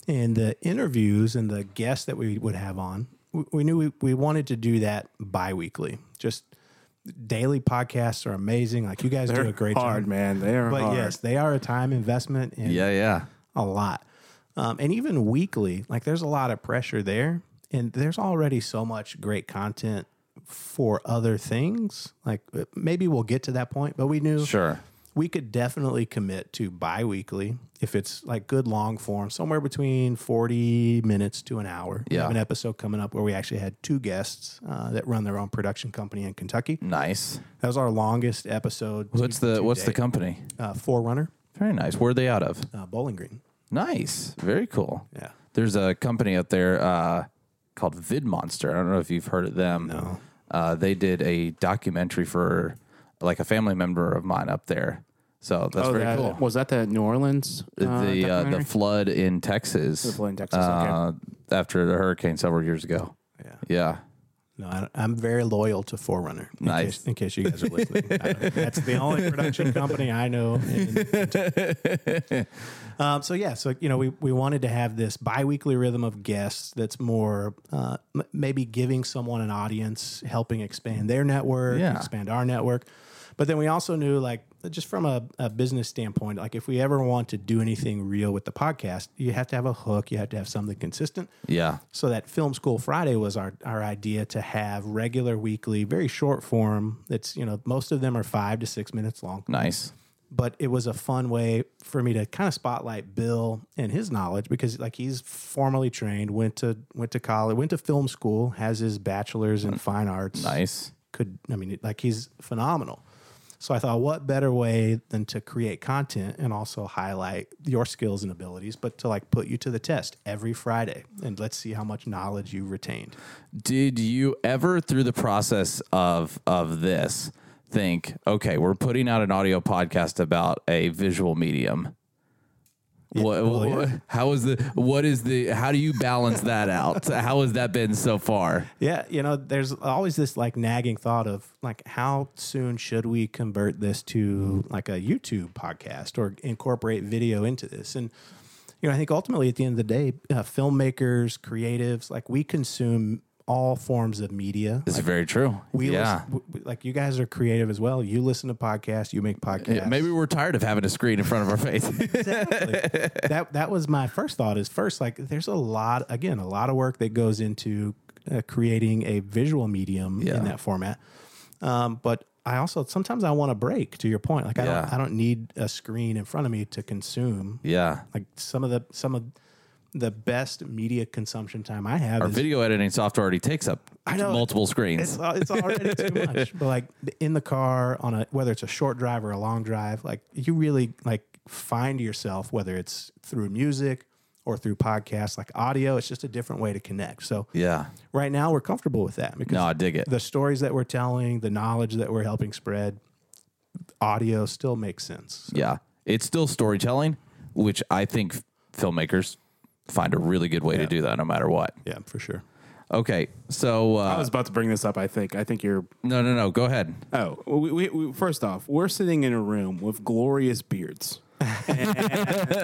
[SPEAKER 3] And the interviews and the guests that we would have on, we, we knew we, we wanted to do that bi-weekly. Just daily podcasts are amazing. Like you guys do a great
[SPEAKER 1] hard,
[SPEAKER 3] job.
[SPEAKER 1] man. They are
[SPEAKER 3] But
[SPEAKER 1] hard.
[SPEAKER 3] yes, they are a time investment. And
[SPEAKER 2] Yeah, yeah.
[SPEAKER 3] a lot. Um, and even weekly, like there's a lot of pressure there. And there's already so much great content for other things. Like uh, maybe we'll get to that point, but we knew
[SPEAKER 2] Sure.
[SPEAKER 3] we could definitely commit to bi weekly if it's like good long form, somewhere between 40 minutes to an hour. We
[SPEAKER 2] Yeah.
[SPEAKER 3] have an episode coming up where we actually had two guests uh, that run their own production company in Kentucky.
[SPEAKER 2] Nice.
[SPEAKER 3] That was our longest episode.
[SPEAKER 2] What's the What's the company?
[SPEAKER 3] uh, Forerunner?
[SPEAKER 2] Very nice. Where are they out of?
[SPEAKER 3] Uh, Bowling Green.
[SPEAKER 2] Nice. Very cool.
[SPEAKER 3] Yeah.
[SPEAKER 2] There's a company out there uh, called VidMonster. I don't know if you've heard of them. No. Uh, they did a documentary for like a family member of mine up there. So that's
[SPEAKER 1] Oh,
[SPEAKER 2] very
[SPEAKER 1] that-
[SPEAKER 2] cool.
[SPEAKER 1] Was that the New Orleans? Uh,
[SPEAKER 2] the uh, the
[SPEAKER 1] documentary?
[SPEAKER 2] flood in Texas.
[SPEAKER 1] flood in Texas, okay.
[SPEAKER 2] Uh, after the hurricane several years ago.
[SPEAKER 3] Yeah.
[SPEAKER 2] Yeah.
[SPEAKER 3] No, I, I'm very loyal to Forerunner. In
[SPEAKER 2] Nice.
[SPEAKER 3] Case, in case you guys are listening, I don't- that's the only production company I know. in- um, so yeah, so you know, we we wanted to have this biweekly rhythm of guests that's more uh, m- maybe giving someone an audience, helping expand their network,
[SPEAKER 2] Yeah.
[SPEAKER 3] expand our network. But then we also knew, like, just from a, a business standpoint, like if we ever want to do anything real with the podcast, you have to have a hook, you have to have something consistent.
[SPEAKER 2] Yeah.
[SPEAKER 3] So that Film School Friday was our, our idea to have regular weekly, very short form. It's, you know, most of them are five to six minutes long,
[SPEAKER 2] Nice.
[SPEAKER 3] but it was a fun way for me to kind of spotlight Bill and his knowledge because like he's formally trained, went to, went to college, went to film school, has his bachelor's in fine arts
[SPEAKER 2] Nice.
[SPEAKER 3] could I mean like he's phenomenal. So I thought what better way than to create content and also highlight your skills and abilities but to like put you to the test every Friday and let's see how much knowledge you retained.
[SPEAKER 2] Did you ever through the process of of this think, okay, we're putting out an audio podcast about a visual medium? What,
[SPEAKER 3] well, yeah.
[SPEAKER 2] what- How is the? What is the? How do you balance that out? How has that been so far?
[SPEAKER 3] Yeah, you know, there's always this like nagging thought of like how soon should we convert this to like a YouTube podcast or incorporate video into this? And you know, I think ultimately at the end of the day, uh, filmmakers, creatives, like we consume all forms of media.
[SPEAKER 2] It's very true.
[SPEAKER 3] We
[SPEAKER 2] yeah.
[SPEAKER 3] listen- w- w- like you guys are creative as well. You listen to podcasts, you make podcasts.
[SPEAKER 2] Yeah, Maybe we're tired of having a screen in front of our face.
[SPEAKER 3] that that was my first thought is first like there's a lot again a lot of work that goes into uh, creating a visual medium
[SPEAKER 2] Yeah.
[SPEAKER 3] in that format um, but i also sometimes i want a break to your point like i
[SPEAKER 2] Yeah.
[SPEAKER 3] don't i don't need a screen in front of me to consume
[SPEAKER 2] yeah.
[SPEAKER 3] like some of the some of the best media consumption time i have
[SPEAKER 2] Our
[SPEAKER 3] is
[SPEAKER 2] video editing software already takes up
[SPEAKER 3] I know.
[SPEAKER 2] multiple screens.
[SPEAKER 3] it's, al- it's already too much but like in the car on a whether it's a short drive or a long drive like you really like find yourself whether it's through music or through podcasts like audio it's just a different way to connect so
[SPEAKER 2] yeah.
[SPEAKER 3] right now we're comfortable with that because
[SPEAKER 2] No, I dig it.
[SPEAKER 3] the stories that we're telling the knowledge that we're helping spread audio still makes sense
[SPEAKER 2] Yeah. It's still storytelling, which I think filmmakers find a really good way to do that no matter what.
[SPEAKER 3] yeah for sure
[SPEAKER 2] Okay. So,
[SPEAKER 1] I
[SPEAKER 2] uh,
[SPEAKER 1] was about to bring this up. I think. I think you're.
[SPEAKER 2] no, no, no. Go ahead.
[SPEAKER 1] Oh, we, we, we, first off, we're sitting in a room with glorious beards. And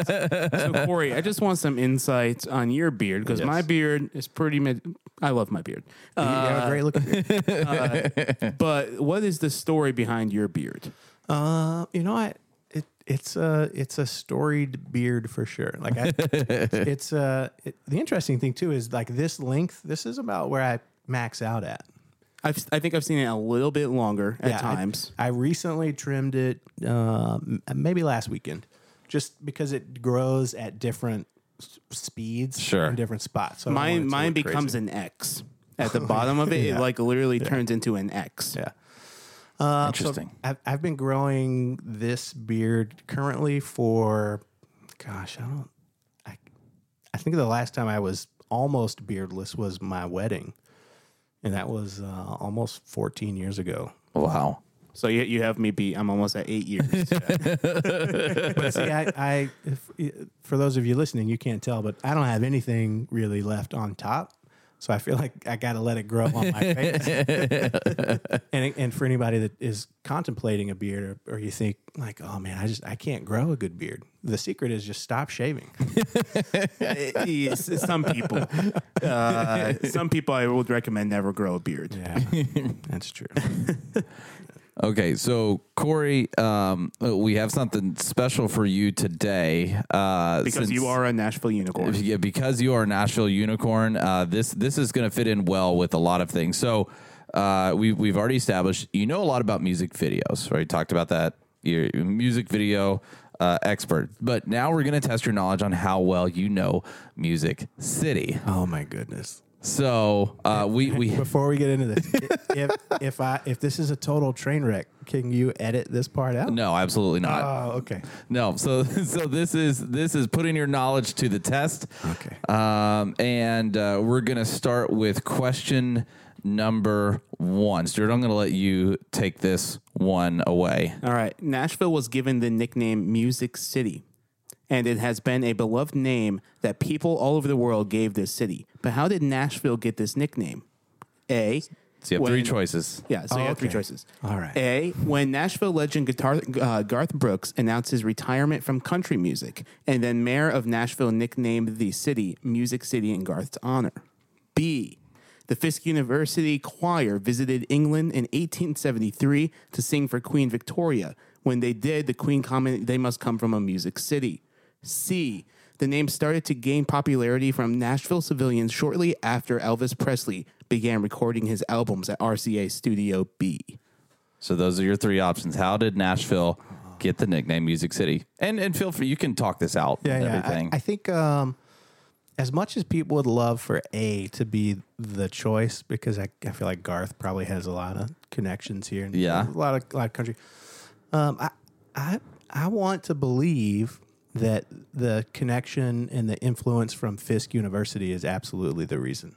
[SPEAKER 1] so Corey, I just want some insights on your beard because my beard is pretty. Mid- I love my beard,
[SPEAKER 3] you
[SPEAKER 1] Uh,
[SPEAKER 3] have a great looking
[SPEAKER 1] but what is the story behind your beard?
[SPEAKER 3] Uh, you know, I it it's a it's a storied beard for sure. Like I, it's uh it, the interesting thing too is like this length. This is about where I max out at.
[SPEAKER 1] I've, I think I've seen it a little bit longer at times.
[SPEAKER 3] I, Oh, I recently trimmed it, uh, m- maybe last weekend, just because it grows at different s- speeds,
[SPEAKER 2] Sure.
[SPEAKER 3] in different spots. So I don't want it
[SPEAKER 1] mine
[SPEAKER 3] to
[SPEAKER 1] mine
[SPEAKER 3] look crazy.
[SPEAKER 1] becomes an X at the bottom of it. It like literally turns into an X.
[SPEAKER 3] yeah.
[SPEAKER 1] Uh,
[SPEAKER 2] Interesting.
[SPEAKER 3] I've, I've been growing this beard currently for, gosh, I don't, I, I think the last time I was almost beardless was my wedding. And that was uh, almost 14 years ago.
[SPEAKER 2] wow.
[SPEAKER 1] So you, you have me beat. I'm almost at eight years.
[SPEAKER 3] But see, I, I if, for those of you listening, you can't tell, but I don't have anything really left on top. So I feel like I got to let it grow on my face. and and for anybody that is contemplating a beard, or, or you think like, oh man, I just I can't grow a good beard. The secret is just stop shaving.
[SPEAKER 1] Yes, Eh, some people, uh, some people, I would recommend never grow a beard.
[SPEAKER 3] Yeah, that's true.
[SPEAKER 2] Okay, so Corey, um, uh, we have something special for you today uh,
[SPEAKER 1] Because
[SPEAKER 2] since-
[SPEAKER 1] you are a Nashville unicorn.
[SPEAKER 2] Yeah, because you are a Nashville unicorn, uh, this this is going to fit in well with a lot of things. So uh, we we've already established you know a lot about music videos, right? Talked about that. You're a music video uh, expert, but now we're going to test your knowledge on how well you know Music City.
[SPEAKER 3] Oh my goodness.
[SPEAKER 2] So uh, we we
[SPEAKER 3] Before we get into this, i- if if I if this is a total train wreck, can you edit this part out?
[SPEAKER 2] no, absolutely not.
[SPEAKER 3] Oh, okay.
[SPEAKER 2] No, so so this is this is putting your knowledge to the test.
[SPEAKER 3] Okay.
[SPEAKER 2] Um, and uh, we're gonna start with question number one. Stuart, I'm gonna let you take this one away.
[SPEAKER 1] All right. Nashville was given the nickname Music City, and it has been a beloved name that people all over the world gave this city. But how did Nashville get this nickname? A.
[SPEAKER 2] So you have three
[SPEAKER 1] when-
[SPEAKER 2] choices.
[SPEAKER 1] Yeah, so
[SPEAKER 3] Oh,
[SPEAKER 1] you have three
[SPEAKER 3] okay.
[SPEAKER 1] choices.
[SPEAKER 3] All right.
[SPEAKER 1] A, when Nashville legend guitar, uh, Garth Brooks announced his retirement from country music, and then mayor of Nashville nicknamed the city Music City in Garth's honor. B, the Fisk University Choir visited England in 1873 to sing for Queen Victoria. When they did, the Queen commented, they must come from a music city. C. The name started to gain popularity from Nashville civilians shortly after Elvis Presley began recording his albums at RCA Studio B.
[SPEAKER 2] So those are your three options. How did Nashville get the nickname Music City? And and feel free, you can talk this out.
[SPEAKER 3] yeah,
[SPEAKER 2] and
[SPEAKER 3] yeah. I-
[SPEAKER 2] everything.
[SPEAKER 3] I, think um, as much as people would love for A to be the choice, because I, I feel like Garth probably has a lot of connections here. And
[SPEAKER 2] Yeah.
[SPEAKER 3] a lot of a lot of country. Um, I I I want to believe that the connection and the influence from Fisk University is absolutely the reason.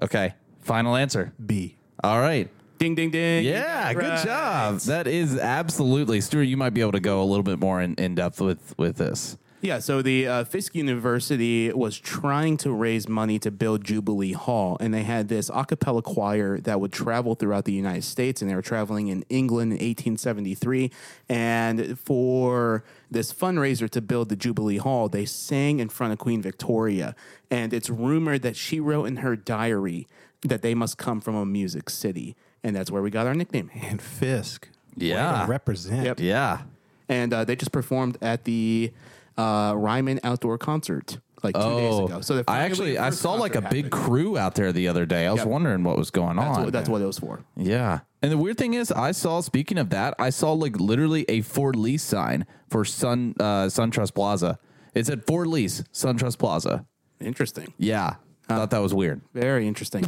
[SPEAKER 2] okay. Final answer.
[SPEAKER 3] B.
[SPEAKER 2] All right.
[SPEAKER 1] Ding, ding, ding.
[SPEAKER 2] Yeah,
[SPEAKER 1] Right.
[SPEAKER 2] good job. That is absolutely Stuart. You might be able to go a little bit more in, in depth with with this.
[SPEAKER 1] Yeah, so the uh, Fisk University was trying to raise money to build Jubilee Hall, and they had this a cappella choir that would travel throughout the United States, and they were traveling in England in 1873. And for this fundraiser to build the Jubilee Hall, they sang in front of Queen Victoria. And it's rumored that she wrote in her diary that they must come from a music city. And that's where we got our nickname.
[SPEAKER 3] And Fisk. Way to
[SPEAKER 2] Yeah.
[SPEAKER 3] Represent.
[SPEAKER 1] Yep.
[SPEAKER 2] Yeah.
[SPEAKER 1] and uh, they just performed at the uh, Ryman Outdoor Concert like two days ago. So
[SPEAKER 2] Oh. I actually I saw like a big crew out there the other day. I was
[SPEAKER 1] Yep.
[SPEAKER 2] wondering what was going
[SPEAKER 1] That's
[SPEAKER 2] on.
[SPEAKER 1] what, that's what it was for.
[SPEAKER 2] yeah. And the weird thing is, I saw. Speaking of that, I saw like literally a for lease sign for Sun uh, SunTrust Plaza. It said for lease SunTrust Plaza.
[SPEAKER 1] Interesting.
[SPEAKER 2] Yeah, I thought that was weird.
[SPEAKER 1] Very interesting.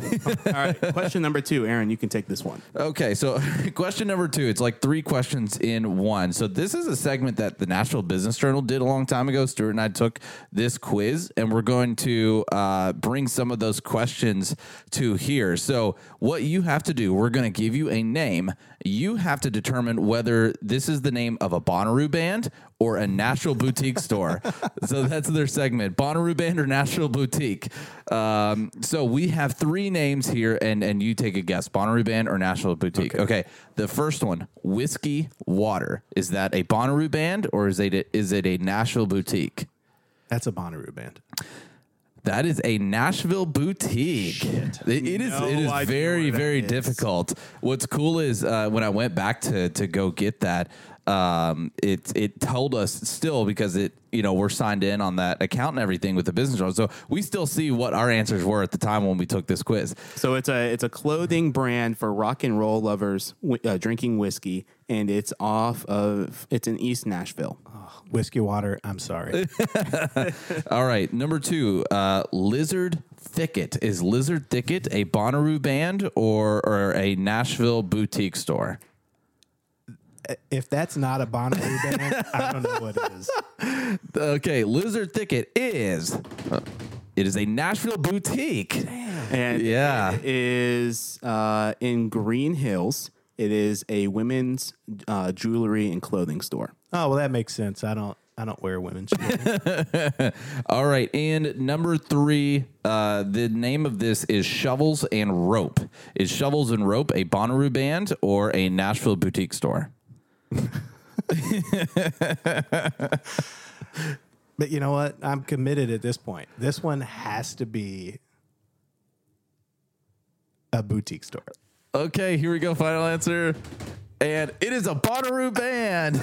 [SPEAKER 1] All right. Question number two, Aaron. You can take this one.
[SPEAKER 2] Okay, so question number two. It's like three questions in one. So this is a segment that the Nashville Business Journal did a long time ago. Stuart and I took this quiz, and we're going to uh, bring some of those questions to here. So what you have to do, we're going to give you a name. You have to determine whether this is the name of a Bonnaroo band or a Nashville boutique store. So that's their segment: Bonnaroo band or Nashville boutique. Um, so we have three names here, and and you take a guess: Bonnaroo band or Nashville boutique. Okay. The first one: whiskey water. Is that a Bonnaroo band or is it a, is it a Nashville boutique?
[SPEAKER 3] That's a Bonnaroo band.
[SPEAKER 2] That is a Nashville boutique. It- it is
[SPEAKER 1] No
[SPEAKER 2] it is
[SPEAKER 1] idea
[SPEAKER 2] very
[SPEAKER 1] what that
[SPEAKER 2] very
[SPEAKER 1] is.
[SPEAKER 2] difficult. What's cool is uh, when I went back to to go get that, um, it it told us still because it you know we're signed in on that account and everything with the business journal, so we still see what our answers were at the time when we took this quiz.
[SPEAKER 1] So it's a it's a clothing brand for rock and roll lovers wi- uh, drinking whiskey, and it's off of it's in East Nashville.
[SPEAKER 2] Oh.
[SPEAKER 3] Whiskey water. I'm sorry.
[SPEAKER 2] All right, number two, uh, Lizard Thicket is Lizard Thicket a Bonnaroo band or or a Nashville boutique store?
[SPEAKER 3] if that's not a Bonnaroo band, I don't know what it is.
[SPEAKER 2] Okay, Lizard Thicket is. uh, It is a Nashville boutique.
[SPEAKER 1] And
[SPEAKER 2] Yeah.
[SPEAKER 1] it is uh, in Green Hills. It is a women's uh, jewelry and clothing store.
[SPEAKER 3] Oh well, that makes sense. I don't. I don't wear women's shoes.
[SPEAKER 2] All right, and number three, uh, the name of this is Shovels and Rope. Is Shovels and Rope a Bonnaroo band or a Nashville boutique store?
[SPEAKER 3] but you know what? I'm committed at this point. This one has to be a boutique store.
[SPEAKER 2] Okay, here we go. Final answer, and it is a Bonnaroo band.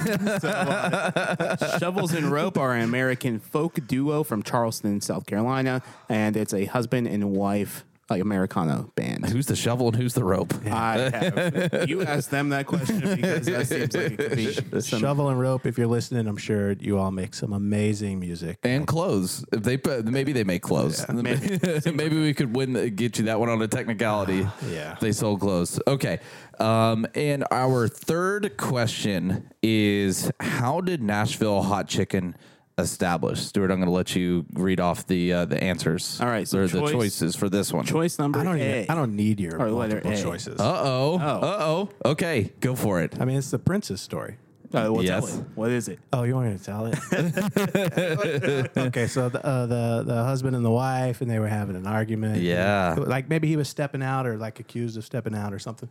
[SPEAKER 1] Shovels and Rope are an American folk duo from Charleston, South Carolina, and it's a husband and wife like Americana band.
[SPEAKER 2] who's the shovel and who's the rope?
[SPEAKER 1] I have. You asked them that question because that seems like it could be some
[SPEAKER 3] Shovel and rope. If you're listening, I'm sure you all make some amazing music.
[SPEAKER 2] And clothes. If they put, maybe they make clothes. maybe. we could win the, get you that one on a technicality.
[SPEAKER 1] Ah,
[SPEAKER 3] Yeah.
[SPEAKER 2] They sold clothes. Okay. Um, and our third question is how did Nashville hot chicken establish? Stuart, I'm going to let you read off the uh, the answers.
[SPEAKER 1] All right, so
[SPEAKER 2] Or the
[SPEAKER 1] choice-
[SPEAKER 2] choices for this one.
[SPEAKER 1] choice number
[SPEAKER 3] I don't.
[SPEAKER 1] A.
[SPEAKER 3] Even, I don't need your
[SPEAKER 1] Or letter
[SPEAKER 3] multiple
[SPEAKER 1] A. Oh.
[SPEAKER 3] choices.
[SPEAKER 2] Uh-oh. Uh-oh. Okay, go for it.
[SPEAKER 3] I mean, it's the princess story.
[SPEAKER 1] Uh, well, tell
[SPEAKER 2] Yes.
[SPEAKER 1] it. What is it?
[SPEAKER 3] Oh, you want me to tell it? okay, so the, uh, the the husband and the wife, and they were having an argument.
[SPEAKER 2] Yeah.
[SPEAKER 3] like maybe he was stepping out, or like accused of stepping out, or something.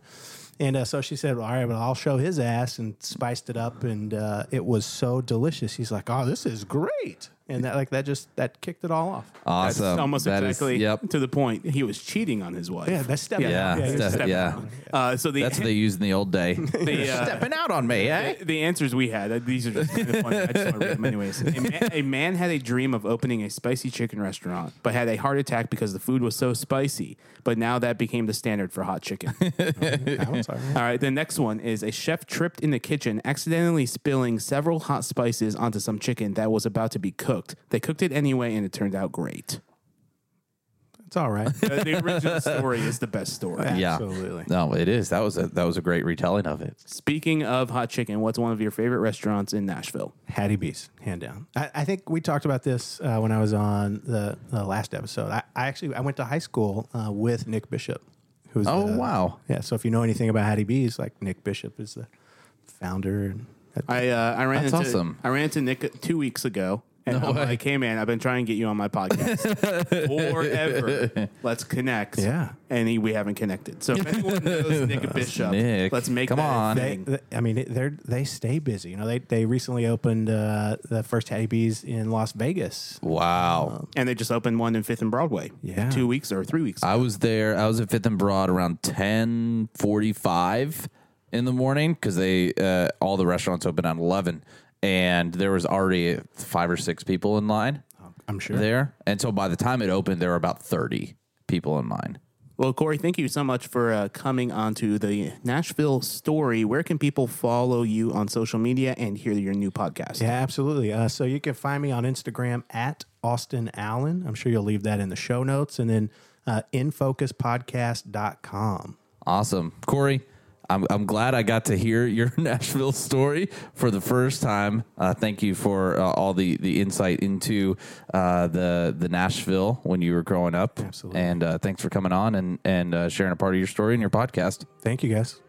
[SPEAKER 3] And uh, so she said, well, "All right, well, I'll show his ass," and spiced it up, and uh, it was so delicious. He's like, "Oh, this is great," and that like that just that kicked it all off.
[SPEAKER 2] Awesome.
[SPEAKER 1] That's almost
[SPEAKER 2] That is-
[SPEAKER 1] exactly
[SPEAKER 2] yep.
[SPEAKER 1] to the point. He was cheating on his wife.
[SPEAKER 3] Yeah, that's stepping
[SPEAKER 2] Yeah.
[SPEAKER 3] out.
[SPEAKER 2] Yeah.
[SPEAKER 3] he was
[SPEAKER 2] that's-
[SPEAKER 3] stepping
[SPEAKER 2] yeah.
[SPEAKER 3] out.
[SPEAKER 1] Uh, so the
[SPEAKER 2] That's what they used in the old day.
[SPEAKER 1] the, uh,
[SPEAKER 2] Stepping out on me, eh?
[SPEAKER 1] The- The answers we had, uh, these are just kind of funny. I just want to read them anyways. A man, a man had a dream of opening a spicy chicken restaurant, but had a heart attack because the food was so spicy. But now that became the standard for hot chicken.
[SPEAKER 3] That was all right.
[SPEAKER 1] All right, the next one is a chef tripped in the kitchen, accidentally spilling several hot spices onto some chicken that was about to be cooked. They cooked it anyway, and it turned out great.
[SPEAKER 3] It's all right.
[SPEAKER 1] Uh, the original story is the best story.
[SPEAKER 2] Yeah.
[SPEAKER 3] Absolutely.
[SPEAKER 2] No, it is. That was a that was a great retelling of it.
[SPEAKER 1] Speaking of hot chicken, what's one of your favorite restaurants in Nashville?
[SPEAKER 3] Hattie B's, hand down. I, I think we talked about this uh, when I was on the, the last episode. I, I actually I went to high school uh, with Nick Bishop, who's
[SPEAKER 2] Oh,
[SPEAKER 3] the-
[SPEAKER 2] wow.
[SPEAKER 3] yeah. So if you know anything about Hattie B's, like Nick Bishop is the founder. And
[SPEAKER 1] I uh, I ran
[SPEAKER 2] That's
[SPEAKER 1] into
[SPEAKER 2] awesome.
[SPEAKER 1] I ran into Nick two weeks ago And I'm
[SPEAKER 2] way.
[SPEAKER 1] like, hey man, I've been trying to get you on my podcast forever. Let's connect.
[SPEAKER 3] Yeah.
[SPEAKER 1] And he, we haven't connected. So if anyone knows Nick Bishop,
[SPEAKER 2] Nick.
[SPEAKER 1] let's make
[SPEAKER 2] Come
[SPEAKER 1] that a
[SPEAKER 2] on.
[SPEAKER 3] They,
[SPEAKER 1] thing.
[SPEAKER 3] th- I mean, they they stay busy. You know, they they recently opened uh, the first Hattie B's in Las Vegas.
[SPEAKER 2] Wow.
[SPEAKER 3] Um,
[SPEAKER 1] And they just opened one in Fifth and Broadway.
[SPEAKER 3] Yeah.
[SPEAKER 1] Two weeks or three weeks.
[SPEAKER 2] I was there. I was at Fifth and Broad around ten forty-five in the morning because they uh, all the restaurants open at eleven, and there was already five or six people in line
[SPEAKER 3] I'm sure.
[SPEAKER 2] there. And so by the time it opened, there were about thirty people in line.
[SPEAKER 1] Well, Corey, thank you so much for uh, coming onto the Nashville story. Where can people follow you on social media and hear your new podcast?
[SPEAKER 3] Yeah, absolutely. Uh, so you can find me on Instagram at Austin Allen. I'm sure you'll leave that in the show notes and then uh, infocuspodcast.com.
[SPEAKER 2] Awesome, Corey. I'm, I'm glad I got to hear your Nashville story for the first time. Uh, thank you for uh, all the, the insight into uh, the the Nashville when you were growing up.
[SPEAKER 3] Absolutely.
[SPEAKER 2] And uh, thanks for coming on and and uh, sharing a part of your story in your podcast.
[SPEAKER 3] Thank you, guys.